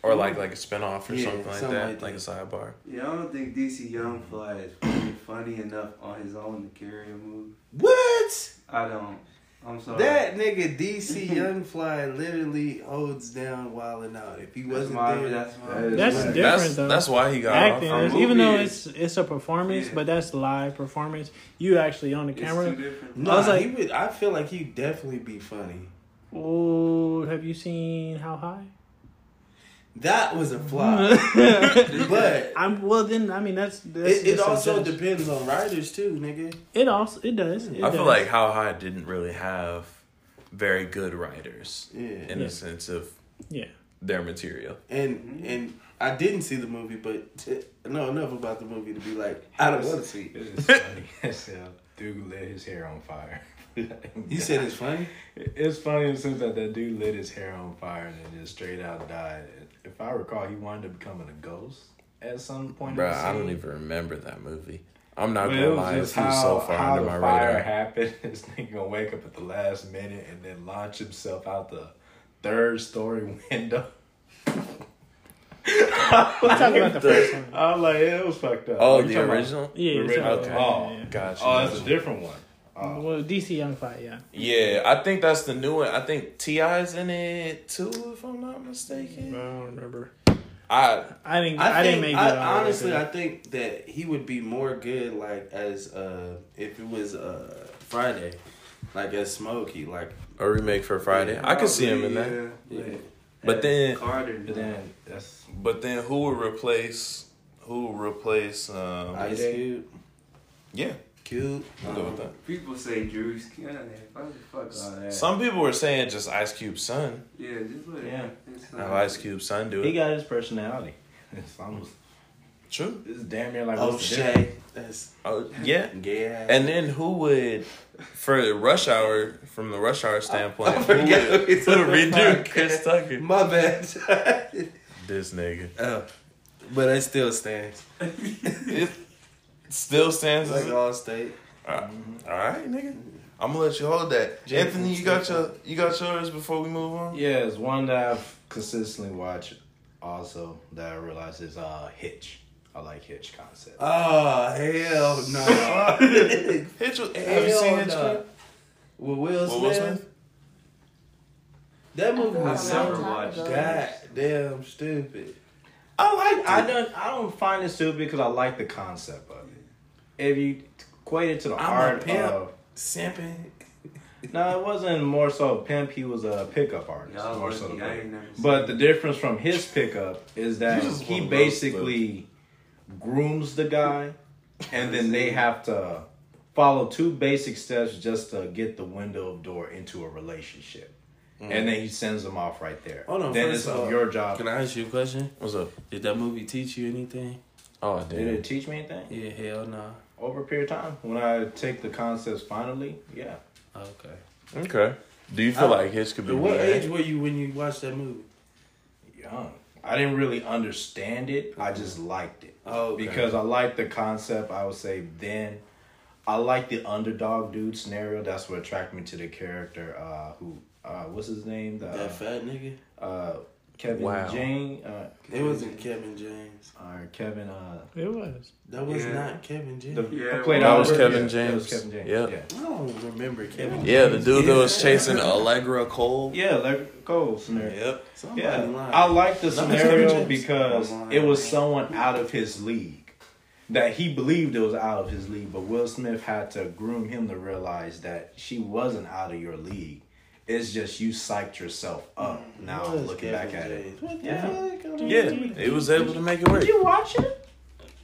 A: Or like like a spinoff or
C: Yeah,
A: something like
C: something
A: that.
C: like
A: like a
C: that.
A: sidebar.
H: Yeah, I don't think DC Young Fly is fucking funny enough on his own to carry a movie.
C: What?
H: I don't. I'm sorry.
C: That nigga DC Young Fly literally holds down Wild and Out. If he
H: that's
C: wasn't
H: my.
C: there,
H: That's my.
E: That's
H: that's-
E: different
A: that's
E: though.
A: that's why he got
E: Acting,
A: off.
E: is-
H: from
E: even though
H: movies.
E: it's it's a performance,
H: Yeah.
E: but that's live performance. You actually on the
H: it's
E: camera.
H: two different.
C: no,
E: I was like-
C: he would. I feel like he'd definitely be funny.
E: Oh, have you seen How High?
C: That was a
E: *laughs*
C: flop. but
E: I'm well. Then I mean that's, that's
C: it, it
E: just a
C: also
E: judge.
C: depends on writers too, nigga.
E: It also it does. It
A: I
E: does.
A: feel like How High didn't really have very good writers
C: Yeah.
A: in
E: Yeah.
A: the sense of
E: yeah.
A: their material.
C: And and I didn't see the movie, but t- know enough about the movie to be like, I don't want to see. it.
D: It's funny *laughs* as hell. Dude lit his hair on fire. *laughs*
C: You said it's funny.
D: It's funny in the sense that that dude lit his hair on fire and then just straight out died. If I recall, he wound up becoming a ghost at some point.
A: Bro,
D: in the
A: I don't
D: scene.
A: even remember that movie. I'm not
D: But
A: gonna lie, it was so far
D: how
A: under
D: the
A: my
D: fire
A: radar.
D: happened. *laughs* This nigga gonna wake up at the last minute and then launch himself out the third story window. *laughs*
E: *laughs* I'm talking about the first one.
D: I'm like, yeah, it was fucked up.
A: Oh,
D: You
A: the
D: talking about-
A: original?
E: Yeah,
D: The
E: it's
D: original.
E: okay.
D: Oh.
E: yeah,
A: Gotcha.
D: Oh, that's a different one.
E: yeah. Well, DC Young Fight, yeah.
A: yeah, I think that's the new one. I think Ti's in it too, if I'm not
E: I
A: mistaken.
E: don't remember.
A: I
E: I didn't. *laughs* I,
C: I, think,
E: didn't make it.
C: I,
E: all the way
C: honestly,
E: through.
C: I think that he would be more good like as uh if it was uh Friday, like as Smokey, like
A: a remake for Friday. I could see him in that.
H: Yeah, yeah.
A: But then-
H: Carter.
D: But then that's
A: But then who will replace? Who will replace?
E: Oh,
A: Um,
C: Ice Cube,
A: yeah,
C: Cube.
A: I'll go with that.
H: People say Drew's yeah, fuck the fuck all that.
A: Some people were saying just Ice Cube's son.
H: yeah, just let it.
D: Yeah.
H: It's
A: Have
H: like-
A: Ice Cube's son do
D: Uh-huh. he
A: it.
D: got his personality. *laughs* It's almost
A: True.
D: it's damn near like
C: Oh
D: what's the difference?
C: Shay, that's
A: Oh yeah.
C: gay. ass. *laughs*
A: And then who would, for the rush hour, from the rush hour
C: *laughs*
A: standpoint, who would,
C: forgot who he's
A: *laughs* who would
C: on the
A: redo
C: podcast. *laughs*
A: Chris Tucker?
C: my bad.
A: This nigga.
C: *laughs* oh, but it still stands.
A: It still stands
C: It's like
A: as
C: all state.
A: All right, nigga. I'm gonna let you hold that. Anthony, you got your you got yours before we move on.
D: Yeah, it's one that I've consistently watched. Also, that I realize is uh, Hitch. I like Hitch concept.
B: Oh hell no!
C: *laughs*
A: Hitch, was- have you seen Hitch?
D: no.
B: With Will
A: Well,
B: Smith,
A: Will Smith?
B: that movie
G: I've
B: was
G: never
B: so
G: watched
B: god damn stupid.
D: I like. Oh, I don't. I don't find it stupid because I like the concept of it. If you equate it to the
C: I'm a
D: art
C: pimp.
D: of
C: Simping.
D: no, it wasn't more so a pimp. He was a pickup artist.
H: Y'all
D: more so
H: lucky,
D: the
H: I
D: pimp.
H: ain't never seen
D: But the difference from his pickup is that
C: You just
D: he
C: wanna roast
D: basically grooms the guy, and then they have to follow two basic steps just to get the window of door into a relationship. And then he sends them off right there.
C: Mm. Hold on,
D: then
C: first
D: it's
C: off,
D: your job.
C: Can I ask you a question?
A: What's up?
C: Did that movie teach you anything?
A: Oh,
D: Did it teach me anything?
C: Yeah, hell no.
D: Over a period of time, when I take the concepts finally, yeah.
C: Okay.
A: Okay. Do you feel
C: I-
A: like Hitch could be
C: At what
A: bad?
C: age were you when you watched that movie?
D: young. I didn't really understand it. I just liked it.
C: Oh, okay.
D: Because I liked the concept, I would say then. I like the underdog dude scenario. That's what attracted me to the character. Uh, who? Uh, what's his name? The,
C: That fat nigga.
D: uh, Kevin
A: Wow.
D: Jane. Uh,
C: It wasn't Kevin James.
D: or Kevin. Uh,
E: It was.
C: That was
H: Yeah.
C: not Kevin James.
D: the,
H: Yeah,
D: who played
H: that
A: was
D: Oliver?
A: Kevin
D: Yeah, that was
A: James.
D: Kevin James.
A: Yeah.
D: Yeah.
C: I don't remember Kevin.
A: Yeah, the dude that was
C: Yeah.
A: chasing Allegra Cole.
D: Yeah, like Cole scenario.
A: Yep.
C: Somebody
D: Yeah,
C: lying.
D: I like the
C: Not Kevin
D: scenario
C: James.
D: because
H: Online.
D: it was someone out of his league that he believed it was out of his league, but Will Smith had to groom him to realize that she wasn't out of your league. It's just you psyched yourself up. Now
C: What is
D: looking
C: Kevin
D: back at it,
C: James? What the
D: Yeah.
C: fuck? I don't
A: Yeah,
C: know.
A: he was able to make it work.
D: you watch it?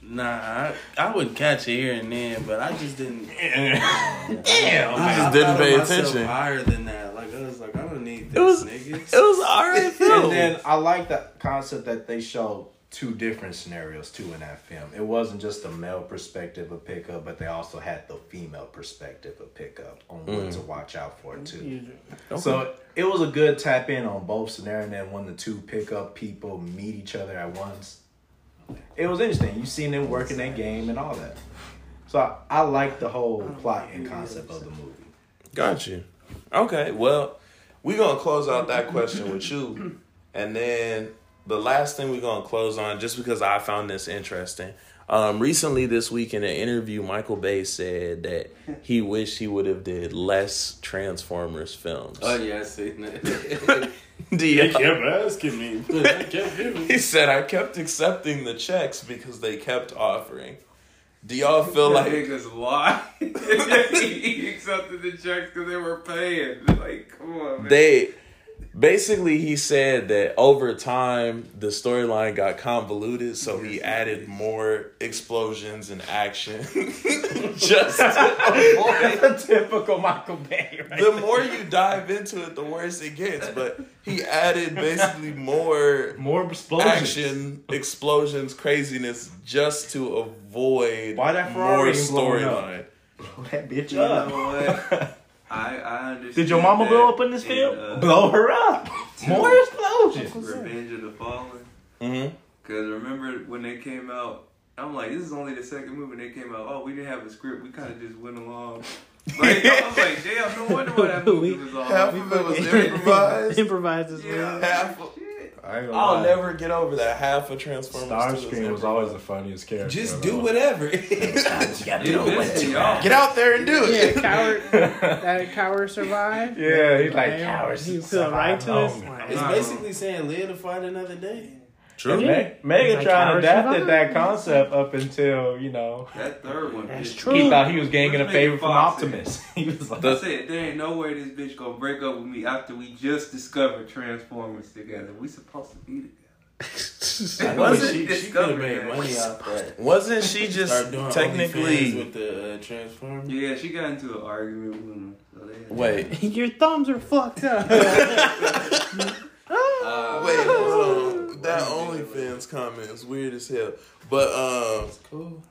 C: Nah, I, I would catch it here and then, but I just didn't.
D: Damn,
A: I just
C: I
A: didn't
C: thought of
A: pay
C: myself
A: attention.
C: Higher than that, like I was like, I don't need this,
A: It was-
C: niggas.
A: It was alright
E: *laughs*
D: And
A: film.
D: then I like the concept that they showed two different scenarios too in that film. It wasn't just the male perspective of pickup, but they also had the female perspective of pickup on what to watch out for too. So it was a good tap in on both scenarios. And then when the two pickup people meet each other at once, it was interesting. You seen them working that game and all that. So I, I like the whole plot and concept of the movie.
A: Got you. Okay, well, we're gonna close out that question with you, and then the last thing we're gonna close on, just because I found this interesting. Um, recently this week in an interview, Michael Bay said that he wished he would have did less Transformers films.
C: Oh yeah, I seen that.
A: *laughs* Do you-
C: asking me. I kept *laughs* giving.
A: He said, "I kept accepting the checks because they kept offering." Do y'all
C: *laughs*
A: feel like?
H: *laughs* niggas lie. he accepted the checks because they were paying. Like, come on, man.
A: they basically he said that over time the storyline got convoluted so he added more explosions and action *laughs* just to
D: *laughs*
A: avoid
F: Typical Michael Bay, right?
A: the more you dive into it the worse it gets but he added basically more
F: More explosions.
A: action explosions craziness just to avoid
D: Why that
A: more
D: Ferrari ain't blowing up?
A: storyline
D: That bitch *laughs*
H: you know what? I, I understand.
F: Did your mama
H: that
F: blow up in this
H: in,
F: field?
H: uh,
F: blow her up. More explosions.
H: Revenge of the Fallen.
A: Mhm.
H: Because remember when they came out, I'm like, this is only the second movie. And they came out, oh, we didn't have a script. We kind of just went along. Like, I was like, damn, no wonder why
A: *laughs*
H: that movie
E: We-
H: was all.
A: half of it was improvised
D: *laughs*
E: Improvise as well.
H: Yeah.
A: half of-
H: Shit.
D: I ain't gonna
A: I'll
D: lie.
A: never get over that half of Transformers 2
D: Starscream was
A: improvised.
D: always the funniest character.
C: Just
D: ever.
C: do whatever.
H: You know, this to y'all.
A: Get out there and do
E: Yeah,
A: it.
E: coward.
A: *laughs*
D: *laughs*
E: that coward survived.
D: Yeah, he's like
E: Damn,
D: coward.
E: He feel right to us.
C: It's
E: Like,
H: Nah,
C: basically saying live to fight another day.
A: True.
D: Me- Megatron
E: Like, how
D: adapted
E: survive?
D: that concept up until you know
H: That third one.
E: that's
H: bitch.
E: true.
D: he thought he was gaining a
H: Which
D: favor
H: Megan
D: from
H: Fox
D: Optimus. *laughs* he was like,
H: I said, there ain't no way this bitch gonna break up with me after we just discovered Transformers together. We supposed to be *laughs* together.
C: I
H: It
C: know
H: wasn't
C: she, she could have
H: discovered
C: made
H: that.
C: money off that.
A: Wasn't she just
C: Start doing technically
A: technically?
C: with the uh, Transformers.
H: Yeah, she got into an argument with him. So they had-
A: Wait,
E: *laughs* Your thumbs are fucked *laughs* up.
C: Uh,
A: wait, hold on. That OnlyFans comment is weird as hell. But um,
C: Cool.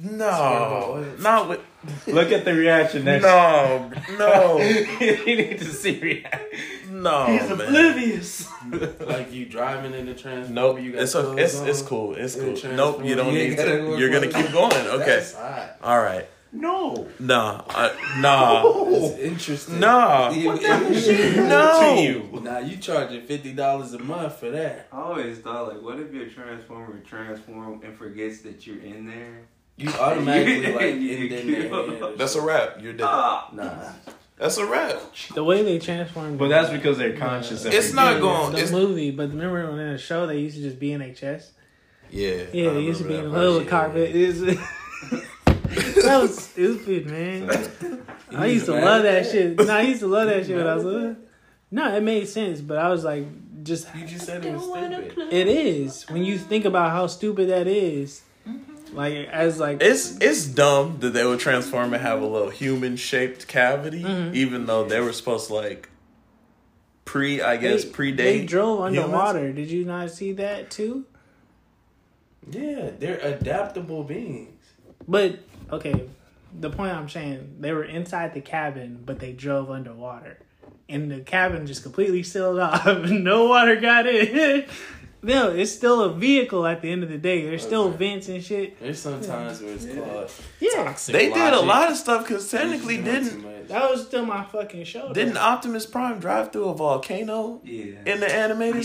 A: no, not with
D: "Look at the reaction next."
A: no, no,
D: *laughs* you need to see reaction.
A: no.
D: He's
A: Oh, man.
D: oblivious.
C: Like you driving in the Transformer.
A: Nope,
C: You
A: it's okay.
C: clothes
A: it's, it's
C: on.
A: cool. It's
C: Yeah,
A: cool.
C: Transformers.
A: Nope, you don't
C: You ain't
A: need
C: gotta go
A: to. You're gonna
C: further.
A: keep going. Okay,
C: That's hot.
A: all right.
D: No.
A: Nah, I, nah,
C: It's
B: It's interesting.
A: nah. *laughs*
C: What *laughs*
D: That machine no.
A: No.
D: to you.
C: Nah, you charging fifty dollars a month for that.
H: I always thought like, what if your transformer transform and forgets that you're in there?
C: You
A: *laughs*
C: automatically like
H: You
C: in there.
H: killed.
C: and-
A: That's a wrap. You're dead.
H: Ah,
C: Nah,
A: That's a wrap.
E: The way they transformed.
D: But that's because they're conscious.
E: Yeah.
D: of
A: It's
D: it.
A: not
E: Yeah,
A: going-
E: The
A: it's-
E: movie, but remember when in the show they used to just be in their chest?
A: Yeah.
E: Yeah,
C: I
E: they used to be in a
C: remember that
E: little
C: part,
E: carpet. It's, *laughs* that was stupid, man. I used to
C: mad
E: love
C: at
E: that shit. No, I used to love that shit when I was little. No, it made sense, but I was like, just
C: You just said it was stupid.
E: it is when you think about how stupid that is. Like as like
A: It's it's dumb that they would transform and have a little human shaped cavity,
C: Mm-hmm.
A: even though they were supposed to like pre I guess
E: they,
A: predate.
E: They drove
A: humans.
E: underwater. Did you not see that too?
C: Yeah, they're adaptable beings.
E: But okay, the point I'm saying, they were inside the cabin, but they drove underwater, and the cabin just completely sealed *laughs* off. no water got in. *laughs* no, it's still a vehicle at the end of the day. There's still vents and shit.
C: There's sometimes where it's called
E: Yeah,
C: toxic.
A: They did a
C: logic. Mm-hmm.
A: lot of stuff because
C: You're
A: technically
C: just doing
A: didn't
C: too much.
E: that was still my fucking show.
A: didn't Optimus Prime drive through a volcano
H: yeah,
A: in the animated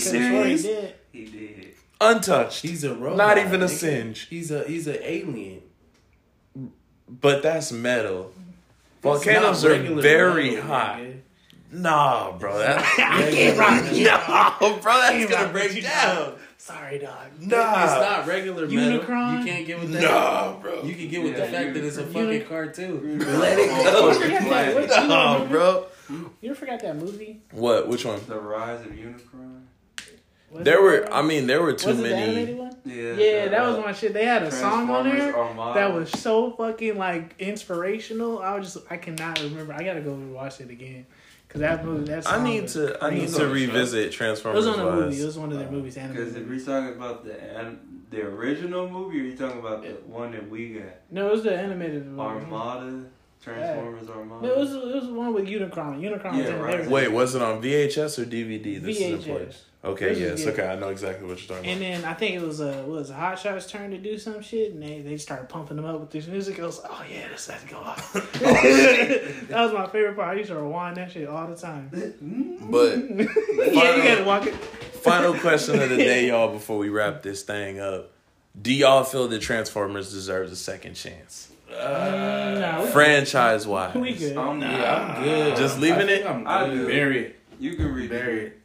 A: series
E: series? Did.
H: he did.
A: untouched,
C: He's a robot.
A: not even a
C: nigga.
A: singe.
C: He's a he's an alien.
A: But that's metal.
C: It's not
A: Volcanoes are
C: regular
A: very
C: metal,
A: hot.
C: nigga.
A: Nah, bro.
C: *laughs*
A: That, *laughs*
C: Regular metal.
A: nah, bro. That's
E: Can't
A: gonna
E: rock
A: break
E: with you,
A: down.
E: Sorry, dog.
A: Nah,
C: It's not regular metal.
E: Unicron?
C: You can't get with that.
A: nah, bro.
C: You can get with
H: Yeah,
C: the fact that it's a
E: Unicron.
C: fucking cartoon.
A: Let it
H: Oh,
A: go.
H: fucking
E: Yeah,
H: planet.
E: what-
A: Nah, Oh, bro.
E: You ever forgot that movie?
A: What? Which one?
H: The rise of Unicron.
E: Was
A: There
E: it-
A: were. I mean, there were too
E: was it the
A: many.
E: animated one?
H: Yeah,
E: Yeah,
H: the,
E: that was
H: uh,
E: my shit. They had a song on there.
H: Transformers are mine.
E: that was so fucking like inspirational. I was just I cannot remember. I gotta go and watch it again because that movie. That
A: I
E: song
A: need
E: was
A: to. I need
E: crazy.
A: to uh,
E: It
A: revisit
E: was
A: Transformers.
E: on a movie. It
A: Wise.
E: was one of their movies.
H: Because
E: Animated.
H: if we're talking about the an- the original movie, or you talking about the one that we got,
E: No, it was the animated movie.
H: Armada, Transformers Armada.
E: No, Mm-hmm. it was it was the one with Unicron. Unicron was
H: Yeah,
E: in
H: right.
E: everything.
A: Wait, was it on VHS or DVD? This is important.
E: VHS.
A: Okay,
E: This is
A: yes,
E: good.
A: okay, I know exactly what you're talking
E: And then I think it was uh what was it, Hot Shots turn to do some shit, and they, they started pumping them up with this music. I was like, oh yeah, this has to go
A: *laughs*
E: off. that was my favorite part. I used to rewind that shit all the time.
A: about. But
E: yeah, you gotta walk it.
A: final question
E: *laughs*
A: of the day, y'all, before we wrap this thing up. Do y'all feel that Transformers deserves a second chance? Uh,
E: Nah, we-
A: Franchise
E: we
A: wise.
E: good.
H: Um,
C: Yeah, I'm good.
A: Just leaving
C: I think
A: it?
C: I'm
H: I
C: good.
H: do.
D: Bury it.
H: You can read
C: Bury it.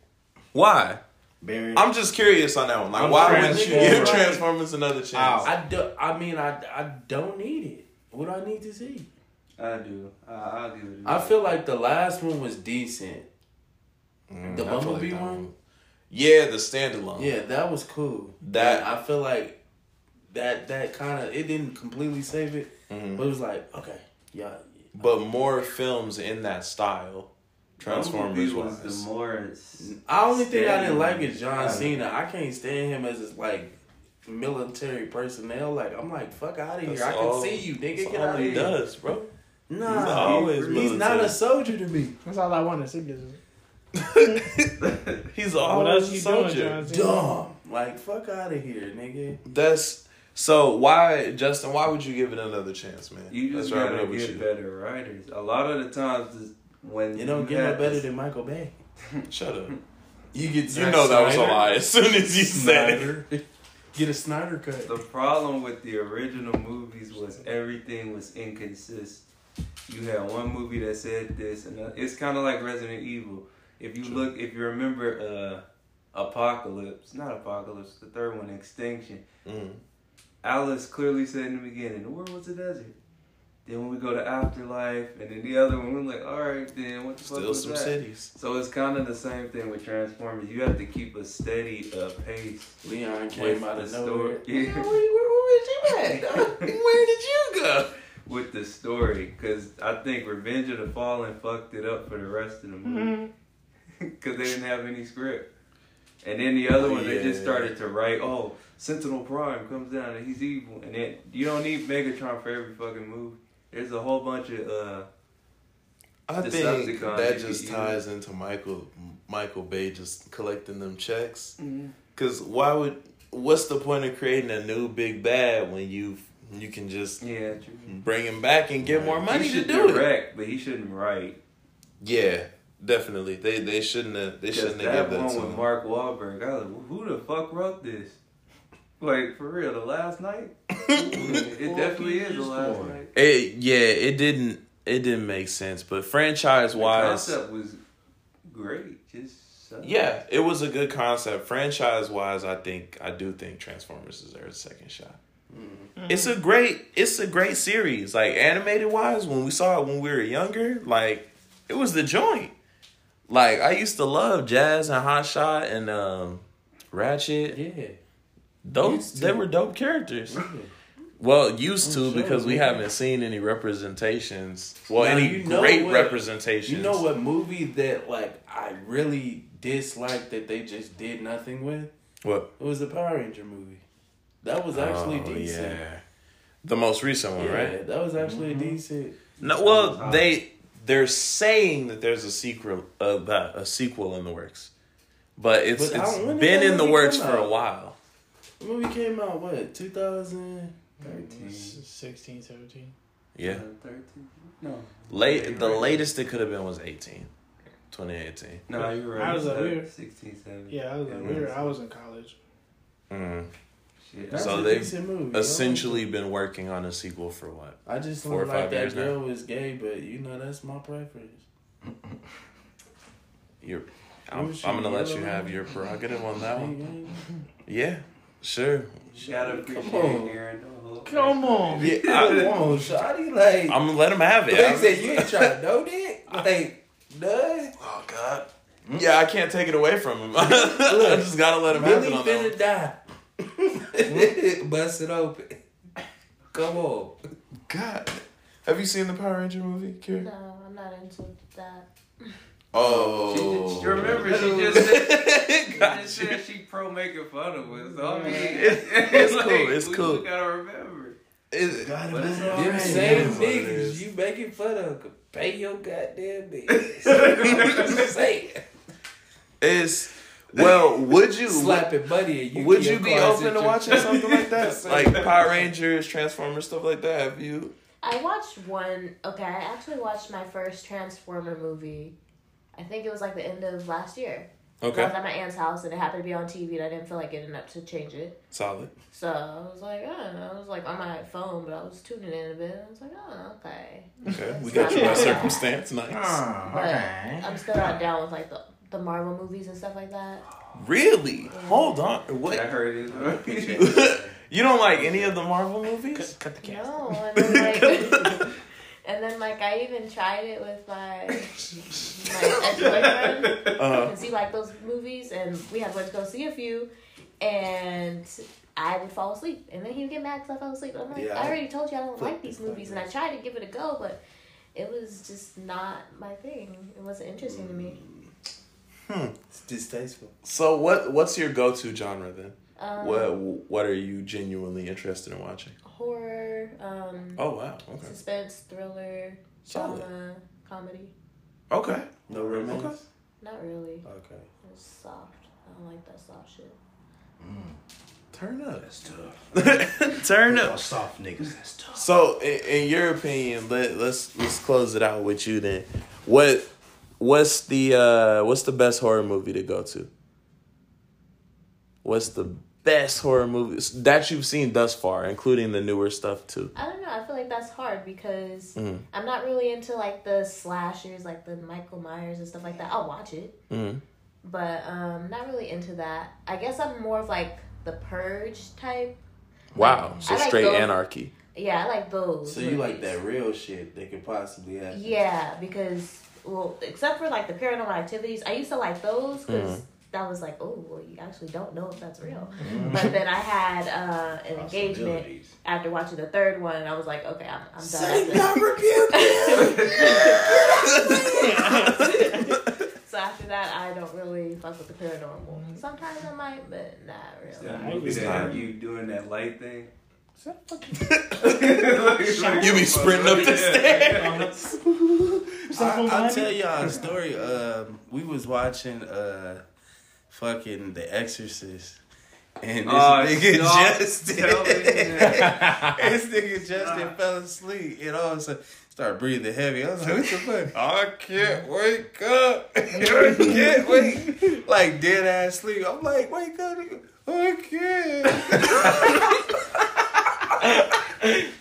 A: Why?
C: Bury it.
A: I'm just curious on that one. Like,
D: I'm
A: why would you
D: Transformer.
A: give Transformers another chance?
D: Ow.
C: I do. I mean, I I don't need it. What do I need to see?
H: I do. I, I'll give it. a
C: I
H: go.
C: feel like the last one was decent. the
A: I feel like
C: Bumblebee
A: that
C: one?
A: one- Yeah, the standalone.
C: Yeah, that was cool.
A: Um, That-
C: That I feel like that that kind of it didn't completely save it, but it was like okay, yeah,
A: Mm-hmm. but more films in that style. Transformers
H: Bumblebee was the
A: wise.
H: more.
C: I only thing I didn't
H: Stand.
C: like is John
H: Right.
C: Cena. I can't stand him as his like military personnel. Like I'm like fuck out of here.
A: That's
C: I can
A: all-
C: see you,
A: That's
C: nigga. Get
A: all
C: out of
A: he
C: here.
A: does, bro. *laughs*
C: Nah,
A: He's always
C: he's not
A: military.
C: a soldier to me.
E: That's all I wanted to see. This.
A: He's always
E: What else
A: a
E: you doing,
A: soldier.
E: John? Cena?
C: Dumb. Like fuck out of here, nigga.
A: That's so. Why, Justin? Why would you give it another chance, man?
H: *laughs* You
A: Let's
H: just
A: wrap it
H: gotta
A: up with
H: get better writers. A lot of the times, this- when
C: You don't get no
H: have
C: better
H: this-
C: than Michael Bay.
A: Shut
H: *laughs*
A: up.
C: You get
A: You know that was a lie *laughs* as soon as you said it.
C: Get a Snyder cut.
H: The problem with the original movies was everything was inconsistent. You had one movie that said this, and uh, it's kind of like Resident Evil. If you look, if you remember, uh, Apocalypse, not Apocalypse, the third one, Extinction.
A: Mm.
H: Alice clearly said in the beginning, the world was a desert. Then when we go to Afterlife, and then the other one, we're like, all right, then what the fuck
A: Still
H: was
A: some
H: that?
A: cities.
H: So it's kind of the same thing with Transformers. You have to keep a steady uh, pace.
C: Leon
H: with
C: came out
H: the
C: of
H: story.
C: nowhere.
H: Yeah. *laughs*
A: Uh, Where did you go?
H: with the story because I think Revenge of the Fallen fucked it up for the rest of the movie
A: Mm-hmm.
H: *laughs* because they didn't have any script. And then the other one, they
A: Oh,
H: just
A: Yeah.
H: started to write. Oh, Sentinel Prime comes down and he's evil, and then you don't need Megatron for every fucking movie. There's a whole bunch of uh,
A: I
H: The
A: think
H: Decepticons,
A: that
H: you
A: just
H: could
A: ties into Michael Michael Bay just collecting them checks. Cause why would what's the point of creating a new big bad when you've You can just
H: Yeah, true.
A: bring him back and get more money
H: he
A: to
H: should
A: do it.
H: direct, but he shouldn't write.
A: Yeah, definitely. They they shouldn't have. They
H: Because
A: shouldn't have
H: that
A: given
H: one
A: that to
H: with
A: him.
H: Mark Wahlberg, I was like, who the fuck wrote this? Like for real, the
A: *laughs*
H: last night. it definitely is the last night.
A: It, yeah, it didn't. It didn't make sense. But franchise
H: The
A: wise,
H: concept was great. Just sucked.
A: yeah, it was a good concept. Franchise wise, I think I do think Transformers deserves a second shot.
C: Mm-hmm.
A: It's a great. It's a great series. Like animated wise, when we saw it when we were younger, like it was the joint. Like I used to love Jazz and Hot Shot and um, Ratchet.
C: Yeah.
A: Those
C: Used to.
A: they were dope characters. Well, used to
C: I'm sure,
A: because we
C: yeah.
A: haven't seen any representations. Well,
C: Now,
A: any
C: you know
A: great
C: what-
A: representations.
C: You know what movie that like I really disliked that they just did nothing with?
A: What?
C: It was the Power Ranger movie. That was actually
A: Oh,
C: decent.
A: yeah. The most recent one,
C: Yeah,
A: right? Mm-hmm.
C: that was actually decent.
A: No, well, they they're saying that there's a sequel uh, uh, a sequel in the works, but it's
C: But how-
A: it's
C: when did
A: been
C: that
A: in the
C: movie
A: works
C: come
A: for a
C: out?
A: while.
C: The movie came out what 2013.
E: 16, 17.
A: Yeah,
H: Thirteen.
A: late. The latest it could have been was 18, 2018.
H: No, you're right.
E: I was
H: It's
E: like,
H: like
E: weird.
H: 16, 17.
E: Yeah, I was, like, we were, I was in college.
A: Mm.
H: Shit.
C: That's
A: So
C: a
A: they've
C: decent movie.
A: Essentially, been working on a sequel for what?
C: I just
A: four or
C: don't like
A: five years
C: that
A: now.
C: girl was gay, but you know that's my preference.
A: You're, I'm,
C: Who's
A: I'm gonna
C: your
A: let you
C: hero?
A: have your prerogative on that
C: *laughs*
A: one.
C: Hey,
A: Yeah, sure.
H: Shout out
C: Come
H: appreciate
C: on.
H: Aaron. Oh,
C: Come on,
A: Yeah,
C: come
A: I,
C: on, Shotty, like.
A: I'm gonna let him have it.
C: They
A: I'm-
C: said you ain't trying to know that.
A: *laughs*
C: Like, duh.
A: oh God. Yeah, I can't take it away from him. *laughs* I just gotta let him have
C: Billy
A: it on that one.
C: finna die. *laughs*
B: Bust it open. Come on.
A: God, have you seen the Power Ranger movie, Kira?
G: No, I'm not into that.
A: Oh,
H: She just,
A: *laughs*
H: you remember she just said, she, just said she pro making fun of us. So, I mean,
A: It's-
H: *laughs*
A: it's cool, it's
H: we,
A: cool.
H: We gotta remember.
A: It-
H: But it's all
B: Them
H: right.
B: same
A: that's what it
B: niggas
A: is.
B: you making fun of could pay your goddamn bills.
A: *laughs*
H: *laughs*
B: Say it.
A: it's well. Would you
B: Slapping money and you
A: would
B: get
A: you be
B: cars
A: open
B: at
A: to
B: your-
A: *laughs* watching something like that, like Power Rangers, Transformers, stuff like that? Have you?
G: I watched one. Okay, I actually watched my first Transformer movie. I think it was like the end of last year. I was at my aunt's house and it happened to be on TV and I didn't feel like getting up to change it.
A: solid.
G: So I was like, oh, I was like on my phone, but I was tuning in a bit. I was like, oh, okay.
A: Okay, we got you by circumstance. Nice.
G: But I'm still not down with like the, the Marvel movies and stuff like that.
A: *laughs* Really? Hold on.
H: I
A: What?
H: heard it.
A: *laughs*
H: *laughs*
A: you don't like any of the Marvel movies?
E: Cut the cat.
G: No, and then like, and then like I even tried it with my my ex boyfriend
C: Uh-huh.
A: Uh,
G: because he liked those movies, and we had went to go see a few, and I would fall asleep, and then he would get mad because I fell asleep. I'm like,
C: Yeah,
G: I
C: I-
G: already told you I don't
C: Fuck
G: like these
C: this
G: movies, and I tried to give it a go, but it was just not my thing. It wasn't interesting to me.
C: It's distasteful.
A: so what? What's your go-to genre then?
C: Mm.
G: Um,
A: What What are you genuinely interested in watching?
G: horror, um,
A: Oh wow. Okay.
G: suspense, thriller,
A: Solid.
G: drama, comedy.
A: Okay.
C: No romance.
A: Okay.
G: Not really.
C: Okay.
G: It's soft. I don't like that soft shit.
A: Turn up.
D: That's tough.
A: Turn up.
D: Y'all soft niggas, that's tough.
A: So, in, in your opinion, let let's let's close it out with you then. What what's the uh what's the best horror movie to go to? What's the best horror movie that you've seen thus far, including the newer stuff too?
G: I don't know. I feel like that's hard because
C: Mm.
A: Mhm.
G: I'm not really into like the slashers, like the Michael Myers and stuff like that. I'll watch it,
A: Mhm.
G: but um, not really into that. I guess I'm more of like the Purge type.
A: Wow, so
G: I like
A: straight
G: those.
A: anarchy.
G: Yeah, I like those.
C: So you like
G: movies.
C: that real shit that could possibly happen?
G: Yeah, because well, except for like the paranormal activities, I used to like those because
C: Mm.
G: that was like, oh, well, you actually don't know if that's real. But then I had uh, an engagement
D: Possibilities.
G: after watching the third one, and I was like, okay, I'm, I'm done.
C: Say
G: after that.
C: not
E: *laughs*
C: rebuke
G: *laughs* So after that, I don't really fuck with the
E: Mm-hmm.
G: paranormal. Sometimes I might, but not really.
H: That movie that have you doing that light thing.
A: You
H: you
A: be sprinting up the
H: stairs.
C: I, I'll tell y'all a story. Um, we was watching uh, fucking The Exorcist, And this
H: Oh,
C: nigga *laughs*
H: stop
C: Justin,
H: telling me that.
C: this nigga Justin fell asleep and all of a sudden started breathing heavy. I was like, what the fuck? I can't wake up. I *laughs* can't wake. Like dead ass sleep. I'm like, wake up, nigga. I can't.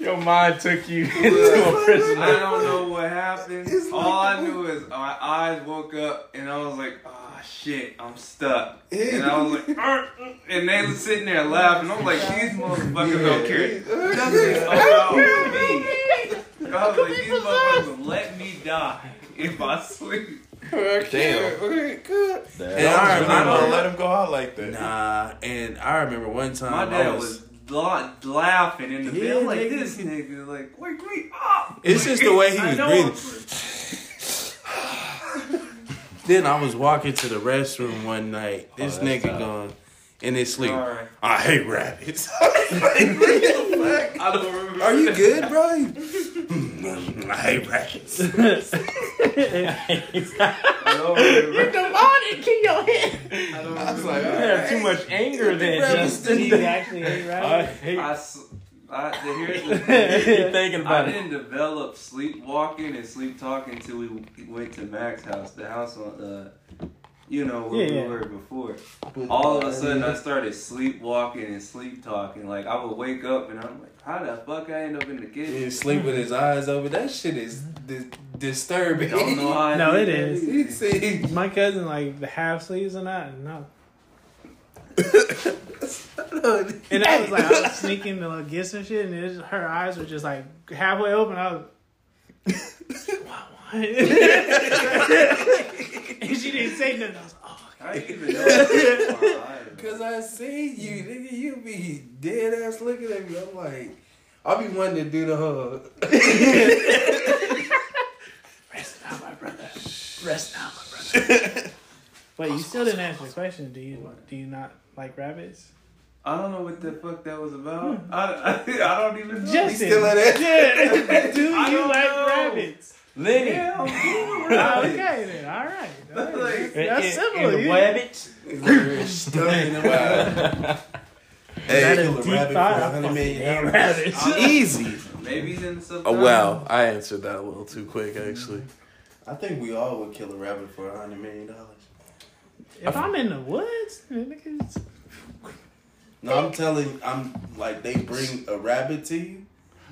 D: Your mind took you into a prison.
H: I don't know what happened. All I knew is my eyes woke up and I was like, oh shit, I'm stuck. And I was like, "Arr, mm," and they was sitting there laughing. I'm like, these motherfuckers don't care. Nothing's about "Oh, me. I was like, these motherfuckers let me die if I sleep.
A: Damn.
C: And I
A: I'm
C: remember,
A: gonna
C: like,
A: let him go out like that.
C: nah. And I remember one time
H: My
C: I
H: dad was la- laughing in the
C: Yeah,
H: bed like
C: nigga.
H: this nigga, like, wake me up.
C: It's just the way he
H: I
C: was
H: know.
C: breathing. Then I was walking to the restroom one night. This
H: Oh,
C: nigga gone in his sleep.
H: Sorry.
C: I hate rabbits. *laughs*
H: I don't remember.
C: Are you good, bro? *laughs* Hmm, I hate rabbits.
H: I don't remember.
E: Oh,
G: Demonic in your head.
H: I don't
C: *laughs* I was like,
H: remember.
D: You have too much anger then, Justin.
E: He actually ain't
D: I
E: *laughs* right.
D: hate
H: I, s- I, the-
C: *laughs*
H: here's the thing.
D: you thinking
H: I
D: about it.
H: didn't develop sleepwalking and sleep talking until we went to Mac's house, the house on, uh, you know, where
E: Yeah,
H: we
E: yeah.
H: were before. All of
C: uh,
H: a sudden, I started sleepwalking and sleep talking. Like, I would wake up and I'm like, how the fuck I end up in the kitchen?
B: He's sleep with his eyes open. That shit is di- disturbing.
H: Don't *laughs* know how I
E: No,
H: did
E: it
H: that
E: is.
H: either.
B: You see,
E: My cousin like the half sleeves and that. No. And I was like, I was sneaking to like, get some shit, and it was, her eyes were just like halfway open. I was. *laughs* "What, what?" *laughs* and she didn't say nothing. I was like,
H: I didn't even know. I was
B: cause I see you, nigga. You be dead ass looking at me. I'm like, I'll be wanting to do the hug.
E: rest now, my brother. Rest now, my brother. *laughs* Wait, you still didn't answer the question. Do you do you not like rabbits?
H: I don't know what the fuck that was about. I, I, *laughs* I don't even know.
E: Hmm. Justin,
B: still at it?
E: yeah. *laughs* do you
H: I
E: like
H: don't know.
E: rabbits?
D: Lenny.
H: Yeah, I'm doing
E: Oh,
H: right.
E: okay, then. All right. All right.
H: Like,
E: That's
D: In-
E: simple.
D: in the
E: You-
D: rabbits.
E: That
C: Hey,
E: is
C: kill a
E: deep
C: rabbit for
E: thought.
C: a hundred million dollars.
E: *laughs* rabbits.
A: Easy.
H: Maybe he's in
A: Oh,
H: the subconscious.
A: wow, I answered that a little too quick, actually.
C: I think we all would kill a rabbit for a hundred million dollars.
E: If I'm in the woods, niggas.
C: No, I'm telling, I'm like they bring a rabbit to you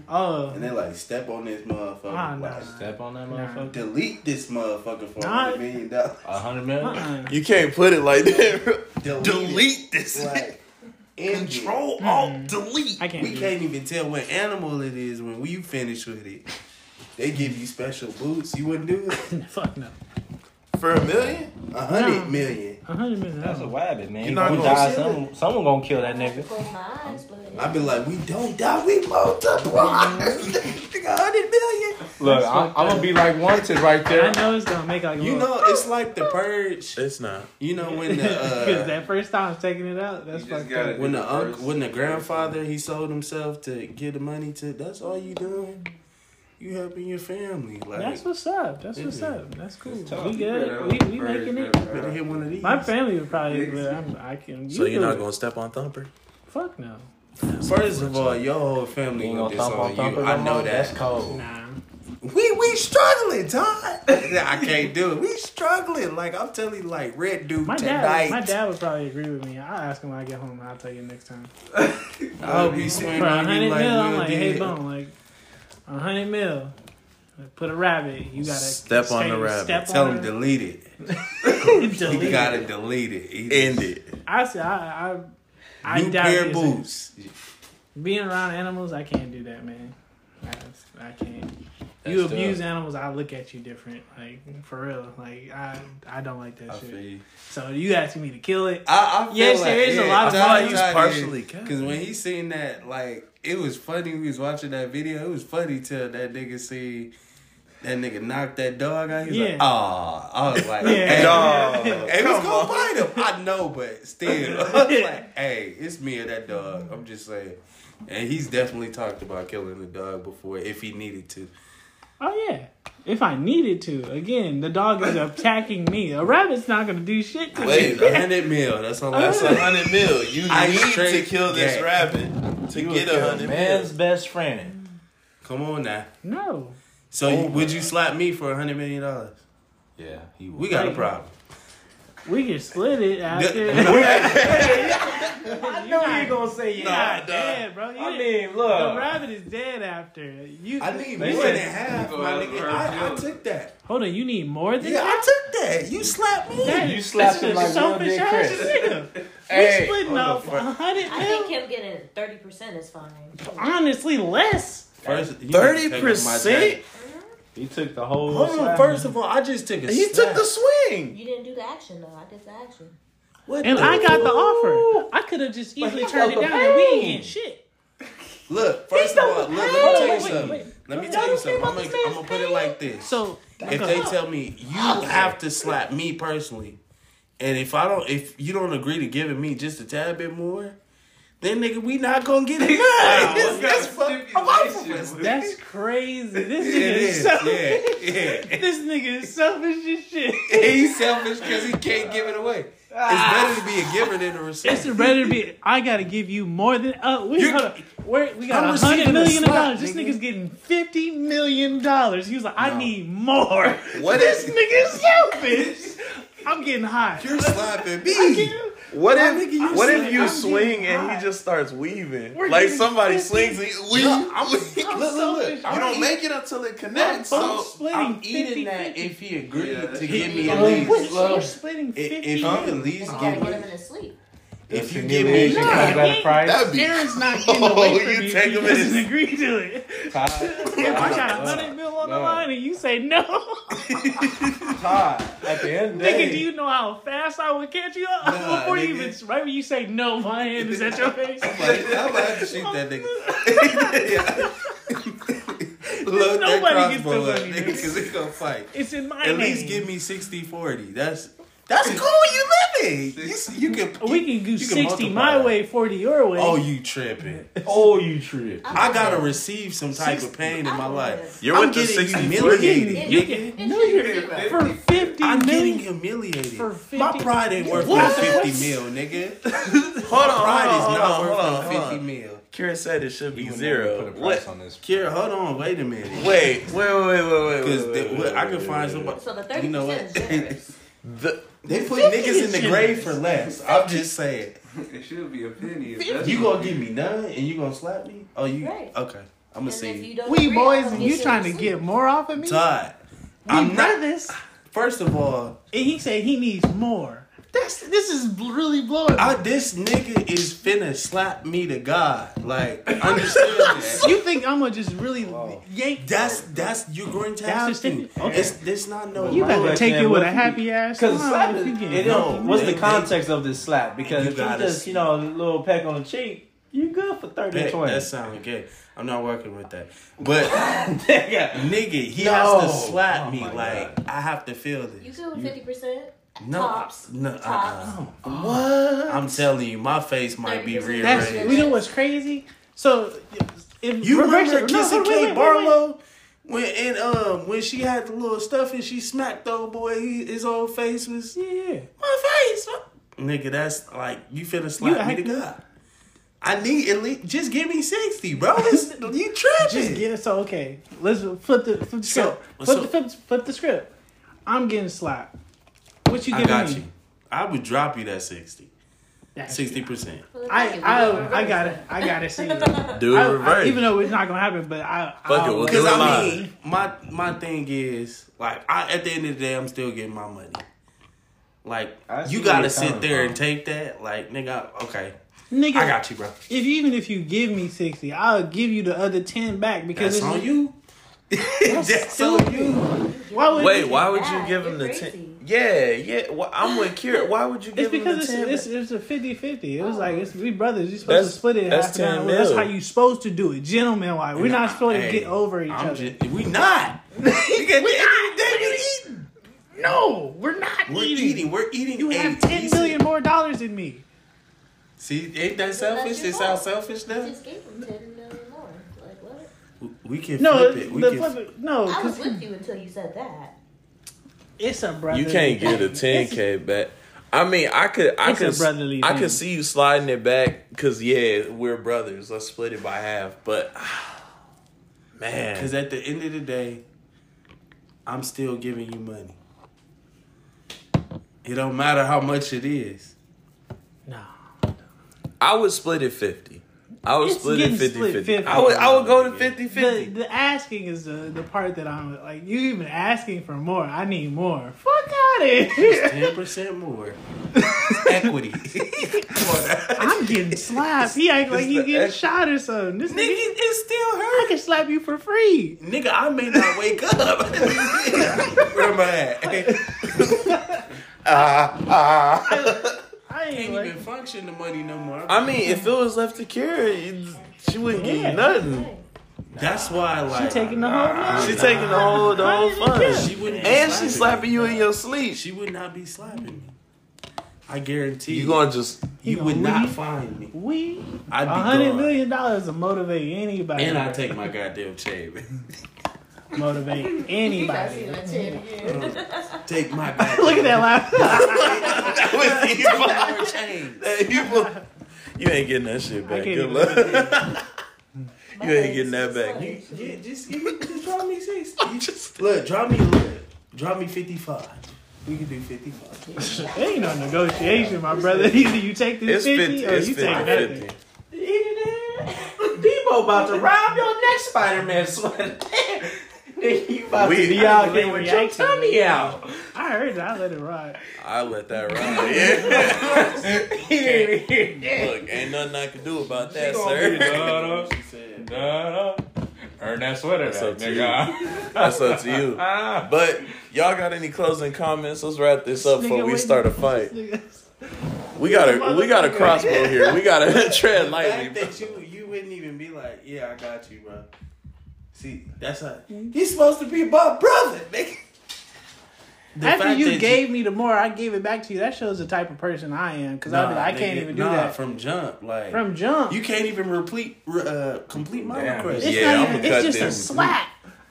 E: Oh,
C: and they like step on this motherfucker.
E: Ah, nah.
C: like,
D: Step on that
E: Nah.
D: motherfucker.
C: delete this motherfucker for a
E: Nah.
C: hundred million dollars.
D: A hundred million.
E: uh-uh.
A: You can't put it like that. bro. *laughs*
C: Delete,
A: Delete
C: it.
A: this.
C: Like, end
A: *laughs*
C: it.
A: Control Alt Delete.
E: Hmm. I can't.
C: We
E: do
C: can't even tell what animal it is when we finish with it. They give you special boots. You wouldn't do it.
E: it. *laughs* Fuck no.
A: For a million?
C: A hundred
E: No.
C: million.
E: A hundred million.
D: That's a
E: dollars.
D: rabbit, man.
C: You're
D: You
C: not
D: gonna
C: gonna
D: die.
C: kill
D: Someone, someone gonna kill that nigga.
G: Close my eyes, but
C: I'd be like, we don't die, we
E: *laughs*
C: multiply. *laughs* Nigga, a hundred million.
D: Look, I'm, I'm gonna be like wanted right
E: I
D: there.
E: know it's gonna make like a
C: You
E: little-
C: know, it's like the purge.
A: It's not.
C: You know when *laughs*
E: *laughs* because
C: the uh,
E: that first time I was taking it out, that's
H: You just
E: fucked
H: gotta
E: up.
C: when the uncle, when the grandfather, he sold himself to get the money to. That's all you doing. You helping your family. Like,
E: That's what's up. That's what's
C: Yeah.
E: up. That's cool.
H: Oh,
D: tough.
E: We
H: Yeah,
E: good. We, we
H: very
E: making it.
H: good, bro. *laughs*
C: better hit one of these.
E: My family would probably, but I'm, I can.
A: So
E: you
A: you're not
E: do it.
A: gonna step on Thumper?
E: Fuck no.
C: First of all, your whole family
D: Ain't
C: gonna
D: gonna
C: disown
D: thump on thumper.
C: you.
D: no
C: I know
D: more?
C: that.
D: That's cold.
E: Nah.
C: We we struggling,
E: *laughs*
C: Todd. I can't do it. We struggling. Like I'm telling you, like red dude
E: My dad.
C: tonight.
E: My dad would probably agree with me. I'll ask him when I get home. I'll tell you next time.
C: I
E: Oh,
C: hope he swing
E: For a
C: on
E: hundred
C: you like
E: mil, I'm
C: Lil
E: like, hey,
C: Dick.
E: boom, like a hundred mil. Like, Put a rabbit. You gotta
A: Step on the rabbit.
E: Step
C: Tell
E: on
C: him delete it.
E: it.
C: You
E: *laughs* Delete.
C: gotta delete it. He-
A: End it.
E: I said, I, I, I
C: New
E: doubt
C: pair
E: it.
C: of boots.
E: Being around animals, I can't do that, man. I, I can't.
D: That's
E: you
D: tough.
E: abuse animals, I look at you different. Like for real. Like I, I don't like that
C: I
E: shit.
C: feel you.
E: So you asking me to kill it?
C: I, I feel
E: Yes,
C: like,
E: there is a
C: yeah,
E: lot of
C: Todd-
E: money.
C: Todd
E: He's
C: is-
A: partially capped.
C: Cause when he seen that, like it was funny. We was watching that video. It was funny till that nigga see that nigga knock that dog out. He's
E: Yeah.
C: like, ah, I was like,
E: Yeah.
C: hey,
A: Dog.
C: Hey, what's gonna bite him? I know, but still, *laughs* I was like, hey, it's me and that dog. I'm just saying. And he's definitely talked about killing the dog before if he needed to.
E: Oh yeah. If I needed to, again, the dog is attacking me. A rabbit's not gonna do shit to
C: Wait,
E: me.
C: a *laughs* hundred mil. That's all. That's
A: That's
C: all.
A: a
C: *laughs*
A: hundred mil. You
C: I
A: need to
C: straight
A: kill this
C: gang.
A: rabbit to
D: You
A: get
D: would
A: a
D: kill
A: hundred
D: man's
A: mil.
D: best friend.
C: Come on now.
E: No,
C: So you, would you slap me for a hundred million dollars?
D: Yeah, he would.
C: We got a problem.
E: we can split
C: *laughs*
E: it *laughs* after.
D: I know you gonna say yeah.
E: God damn, bro. You
D: I
E: didn't-
D: mean,
E: the
D: look.
E: rabbit is dead after. You
C: uh, I need
D: They
C: more
D: said-
C: than half,
H: Go
C: my
H: out
C: nigga.
H: for
C: I, I
H: a
C: took that.
E: hold on. You need more than
C: Yeah, I
E: that.
C: took that. You slapped me.
E: That
D: You
E: is
D: slapped
E: such
D: him
E: a
D: like Lil
E: selfish
D: Dick
E: ass
D: Chris.
E: nigga.
D: Hey,
E: we splitting off a hundred
G: I think
E: mil.
G: him getting thirty percent is fine.
E: Honestly, less.
C: First, you
A: Thirty
C: taking my
A: percent.
C: jacket.
D: He took the whole.
C: Hold on.
D: slap.
C: First of all, I just took a.
A: He took
C: slap.
A: the swing.
G: You didn't do the action though. I did the action.
C: What
E: And
C: the-
E: I got the offer. I could have just
C: But he
E: easily turned it
C: felt the
E: down and we ain't
C: pain.
E: getting shit.
C: Look, first of all, look, let me
E: Hold on,
C: tell you
E: wait, wait,
C: something.
E: wait.
C: Let me
E: Y'all
C: tell you
E: don't
C: something.
E: care
C: I'm
E: about
C: gonna,
E: this
C: I'm gonna put it like this.
E: So
C: if they tell me you have to slap me personally, and if I don't, if you don't agree to giving me just a tad bit more, then nigga, we not gonna
E: *laughs*
C: get it. Nice. That's fucking
E: that's crazy. This
C: It
E: nigga is
C: is,
E: selfish. *laughs*
C: yeah, yeah.
E: This nigga is selfish as shit.
C: He's selfish because he can't give it away. It's better to be a giver than a
E: It's
C: receiver.
E: ready to be. I gotta give you more than. Uh, we
C: You're-
E: hold up. We're, we got
C: I'm
E: a hundred
C: receiving
E: million
C: a slap,
E: dollars. This
C: nigga.
E: nigga's getting fifty million dollars. He was like, I need more.
A: What
E: this
A: is-
E: nigga is selfish? I'm getting hot.
C: You're slapping
E: I
C: me.
E: can't-
A: What
C: My nigga, you
A: if what if
C: swing.
A: you
E: I'm
A: swing
E: getting
A: and
E: hot.
A: he just starts weaving?
E: We're
A: like
E: getting
A: somebody
E: fifty.
A: swings, he weave. *laughs*
C: I'm, look, look, look.
E: selfish.
A: you
C: I'm
A: don't
C: eat-
A: make it until it connects.
E: I'm
A: So
E: splitting
C: I'm eating
E: 50,
C: that
E: 50.
C: if he agreed
H: Yeah,
C: to
H: that's-
C: give me at
E: Oh,
C: least.
E: what?
G: love-
E: You're splitting
C: I-
E: fifty.
C: If I'm at least
G: You gotta
C: give
G: get him
C: me,
G: in his sleep.
C: if you
D: Humiliation
C: give me,
D: comes at a price.
A: that'd be
E: Aaron's not
C: *laughs*
E: getting away
A: Oh,
E: from
A: you
E: you.
A: take
E: if
A: him
E: he
A: in
E: doesn't
A: his-
E: agree to it.
D: Todd,
E: If I got a hundred mil on the
D: No.
E: line and you say no,
D: Todd, at the end of the
E: nigga,
D: day,
E: do you know how fast I would catch you up
C: Nah,
E: before you
C: nigga.
E: even right when you say no? My hand is at your face.
C: like, I'm gonna have to shoot that
E: *laughs*
C: nigga. Load that
E: Nobody gets the
C: crossbow up,
E: money,
C: nigga,
E: dude.
C: because they gonna fight.
E: It's in my
C: At
E: name.
C: least give me 60 40. That's that's cool. You living. You, s- you can.
E: We can do
C: you can
E: sixty
C: multiply
E: my
C: that.
E: way, forty your way.
C: Oh, you tripping.
D: oh, you trip.
C: I gotta receive some type of
E: 60.
C: pain in my life.
A: You're
C: I'm
A: with the
C: getting
A: 60,
C: humiliated.
G: It-
E: you
G: it-
E: can-
G: it
E: no,
G: should
E: you're-
G: be about-
E: for fifty
C: I'm getting
E: million.
C: humiliated.
E: For 50
C: my pride ain't worth no 50 mil, nigga.
A: Hold on,
C: Pride is
A: hold on, hold
C: not
A: on,
C: worth
A: hold
C: no
A: on.
C: 50 mil.
A: Kira said it should
D: You
A: be
D: would never
A: zero.
D: Put a price
A: What?
D: on this.
C: Kira, hold on. Wait a minute.
A: Wait, wait, wait, wait, wait, wait.
C: Because
A: wait, wait, wait,
C: I can
A: wait,
C: find
A: wait,
C: somebody.
G: So the thirty
C: You know what?
G: percent
C: *laughs*
G: is generous.
A: The,
C: They put
E: 50
C: niggas in the
E: is
C: grave
E: generous.
C: for less. I'm just saying.
H: It should be a penny. if that's
C: You
H: what
C: gonna give me none and you gonna slap me? Oh, you
G: Right.
C: okay? I'm gonna
G: And if you
C: see.
G: don't
E: We
G: agree,
E: boys,
G: I'll
E: and
G: get
E: you trying to
G: asleep.
E: get more off of me?
C: Todd,
E: We
C: I'm not.
E: brothers.
C: First of all,
E: And he said he needs more. That's this is bl- really blowing.
C: I, this nigga is finna slap me to God. Like, understand that?
E: you think I'm gonna just really yank?
C: That's that's you're going to
E: That's
C: have
E: just
C: to.
E: it. Okay.
C: It's there's not no.
E: You
D: my
E: better
D: black
E: take
D: man,
E: it with
D: what
E: a
D: if
E: happy ass.
D: Because
E: smile
D: slap
E: if
D: is,
E: you
D: it
E: can.
D: don't, what's
C: they-
D: the context of this slap? Because
C: You
D: if you
C: gotta
D: just, you know, a little peck on the cheek, you good for 30
C: That,
D: or
C: that
D: *laughs* 20.
C: sounds gay. I'm not working with that. But
D: Nigga.
C: nigga, he
D: No.
C: has to slap
D: Oh
C: me.
D: my
C: Like I have to feel this.
G: You good with fifty percent?
C: no,
G: Tops.
C: no.
G: Tops.
C: Uh-uh.
E: Oh,
C: What? I'm telling you, my face might be
G: 30%.
C: rearranged.
E: That's we know what's crazy. So if
C: You
E: reverse
C: remember
E: it- no,
C: kissing
E: wait, wait,
C: Kate
E: wait, wait.
C: Barlow when and um when she had the little stuff and she smacked the old boy. He, his old face was
E: Yeah, yeah.
C: my face. my-" Nigga, that's like you finna
E: You
C: slap me to
E: acting-
C: God. I need at least just give me sixty, bro.
E: *laughs*
C: It's, you
E: Just
C: tripping?
E: get it. So okay, let's flip the flip the
C: So-
E: script. flip,
C: so-
E: the, flip, flip the script. I'm getting slapped. What you
C: I
E: giving
C: got
E: me?
C: you. I would drop you that sixty.
E: That's-
C: Sixty percent.
E: I I I got it. I got to see it.
A: do
E: I-
A: it
E: I-
A: reverse.
E: even though it's not gonna happen, but I
A: Fuck it,
E: I'll-
A: we'll
C: Because
A: Do it
C: I
A: live.
C: mean, my my thing is like I at the end of the day, I'm still getting my money. Like
D: I see
C: you
D: where
C: gotta
D: you're
C: sit
D: coming
C: there
D: from.
C: and take that. Like nigga, okay,
E: nigga,
C: I got you, bro.
E: if even if you give me sixty, I'll give you the other ten back because
C: That's on
E: it's
C: you.
E: *laughs*
C: *laughs* That's, on
E: stupid.
C: you.
E: Why would
A: wait,
E: you-
A: why would you
G: Bad,
A: give him
G: you're
A: the
G: crazy.
A: ten? Yeah, yeah. wh- I'm with Kira. Why would you
E: It's
A: give him
E: because
A: the
E: it's,
A: ten?
E: it's it's a 50-50. It was like it's we brothers. You're supposed
A: That's-
E: to split it.
A: that's
E: half and half.
A: 10
E: Well, That's
A: mil.
E: how you supposed to do it, gentleman. Why we're not supposed
C: Hey,
E: to get over each
C: I'm
E: other.
C: just- we
E: *laughs*
C: not. we not. we eating.
E: no, we're not
C: We're
E: eating.
C: eating. We're eating.
E: You have
C: a
E: ten
C: decent-
E: million more dollars than me.
C: See, ain't that
G: Well, that's
C: selfish?
G: your
C: It sounds
G: fault.
C: selfish now.
G: Just gave him ten million more. Like what?
C: W- We can
E: No,
C: flip it. We
E: the
C: can.
E: flip it- no,
G: I was
E: 'cause
G: with you until you said that.
E: it's a brother.
A: You can't get a 10k back. I mean, I could, I
E: It's a
A: could,
E: brotherly
A: I
E: thing.
A: could see you sliding it back because yeah, we're brothers. Let's split it by half. But man,
C: Because at the end of the day, I'm still giving you money. It don't matter how much it is.
E: No.
A: I would split it 50. I would
E: It's
A: split it
E: getting
A: 50
E: split
A: 50.
E: 50.
A: I would, I would go to 50
E: The,
A: 50.
E: the asking is the, the part that I'm like, you even asking for more. I need more. Fuck out of here. *laughs*
C: Ten percent more equity.
E: I'm getting slapped. He act like he
A: the
E: getting
A: ex-
E: shot or something. This
C: Nigga,
E: nigga,
C: it still
E: I
C: hurt.
E: can slap you for free.
C: Nigga, I may not wake
E: *laughs*
C: up. Where am I at?
E: I ain't
C: can't
E: like,
C: even function the money no more.
A: I mean, if it was left to cure, it- she wouldn't give
E: Yeah.
A: you nothing.
C: That's why, like,
E: she taking the whole money.
A: She taking the whole, the whole
C: she
A: fun.
C: wouldn't. be
A: And she slapping
C: me.
A: you in your sleep.
C: She would not be slapping me. I guarantee
A: You gonna
E: *laughs*
A: just,
C: You
E: gonna
C: would not
E: leave?
C: find me.
E: We
C: I'd
E: a
C: be
E: hundred
C: gone.
E: million dollars to motivate anybody.
C: And I take my goddamn chain.
E: *laughs*
C: man. *laughs*
E: motivate
G: You guys see
E: anybody.
G: that shit again.
C: Take my goddamn
E: Look at that laugh.
C: dollar chain.
A: you, you ain't getting that shit back.
E: can't
A: Good
E: even-
A: luck.
G: My
A: You ain't
G: legs
A: getting that
G: is
A: back.
G: sweaty.
C: Yeah, just give me, just draw me six. You just look, draw me, look, draw me fifty five. We can do fifty five.
G: *laughs*
E: There ain't no negotiation, my brother. Either you take this
A: It's
E: 50,
A: 50.
E: or
A: It's
E: you take
A: 50
E: nothing.
A: 50.
D: Debo about to rob your next Spider Man sweater. *laughs* Nigga, you about
A: We-
D: to be out there with your tummy out.
E: I heard it. I let it ride.
A: I let that ride. *laughs* Yeah.
D: He ain't even hear that.
A: Look, ain't nothing I can do about that,
F: gonna be
A: sir.
H: *laughs*
F: done.
C: She said,
F: Duh, Earn that sweater,
A: That's
F: back,
A: up to you.
F: nigga.
A: That's up to
E: *laughs*
A: you.
F: Ah,
A: But y'all got any closing comments? Let's wrap this up before we start a fight. We got a we got a crossbow here. We got to tread
C: *laughs* the
A: lightly.
C: fact that you you wouldn't even be like, yeah, I got you, bro. See, that's how he's supposed to be my brother, nigga. The
E: After
C: fact
E: you
C: that
E: gave me the more, I gave it back to you. That shows the type of person I am. Because I,
C: Nah,
E: I can't
C: nigga,
E: even do
C: nah,
E: that from,
C: from jump. Like
E: jump.
C: you can't even replete, re- uh, complete my
F: Damn.
C: request.
E: it's
A: Yeah,
E: not
A: I'ma
E: even.
A: cut
E: It's just
A: this.
E: a slap.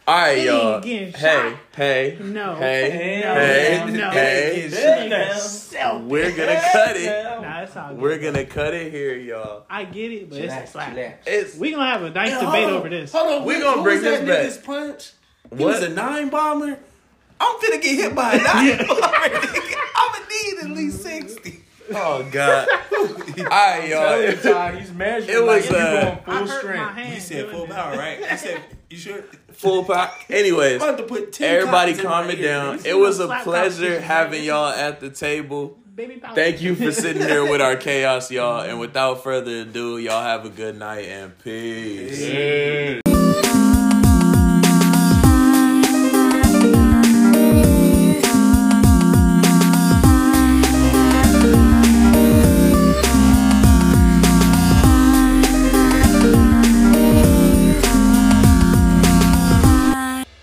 A: All right,
E: It
A: y'all.
E: ain't getting
A: Hey,
E: shot.
A: hey,
E: No.
A: hey,
E: No.
A: hey,
E: no.
A: hey.
E: Shit yourself.
A: We're gonna cut it.
E: Nah, it's all good.
A: We're gonna cut it here, y'all.
E: I get it, but it's a slap.
A: It's
E: We gonna have a nice
C: Yeah,
E: debate
C: hold on,
E: over this.
C: Hold on,
A: We
C: who-
A: gonna
C: who
A: bring
C: was that
A: this
C: nigga's punch. He
A: What?
C: was a nine bomber. I'm finna get hit
A: *laughs*
C: by a nine bomber. nigga. I'ma need at least sixty.
A: oh *laughs* god. All right,
D: Oh,
F: Every
A: y'all.
F: time he's measuring,
A: It Uh, was,
F: like, you
A: uh,
F: going full
E: I hurt my
F: strength.
E: hand.
C: You said
E: doing
C: full
E: this.
C: power, right? I said you sure.
A: Full pack. Anyways,
C: I'm about to put 10
A: everybody,
C: copies in my
A: calm it
C: ear.
A: down.
E: see
A: It was
E: those
A: a
E: slap
A: pleasure
E: competitions,
A: having
E: right?
A: y'all at the table.
E: Baby power.
A: Thank you for sitting here with our chaos, y'all. And without further ado, y'all have a good night and peace.
F: Yeah.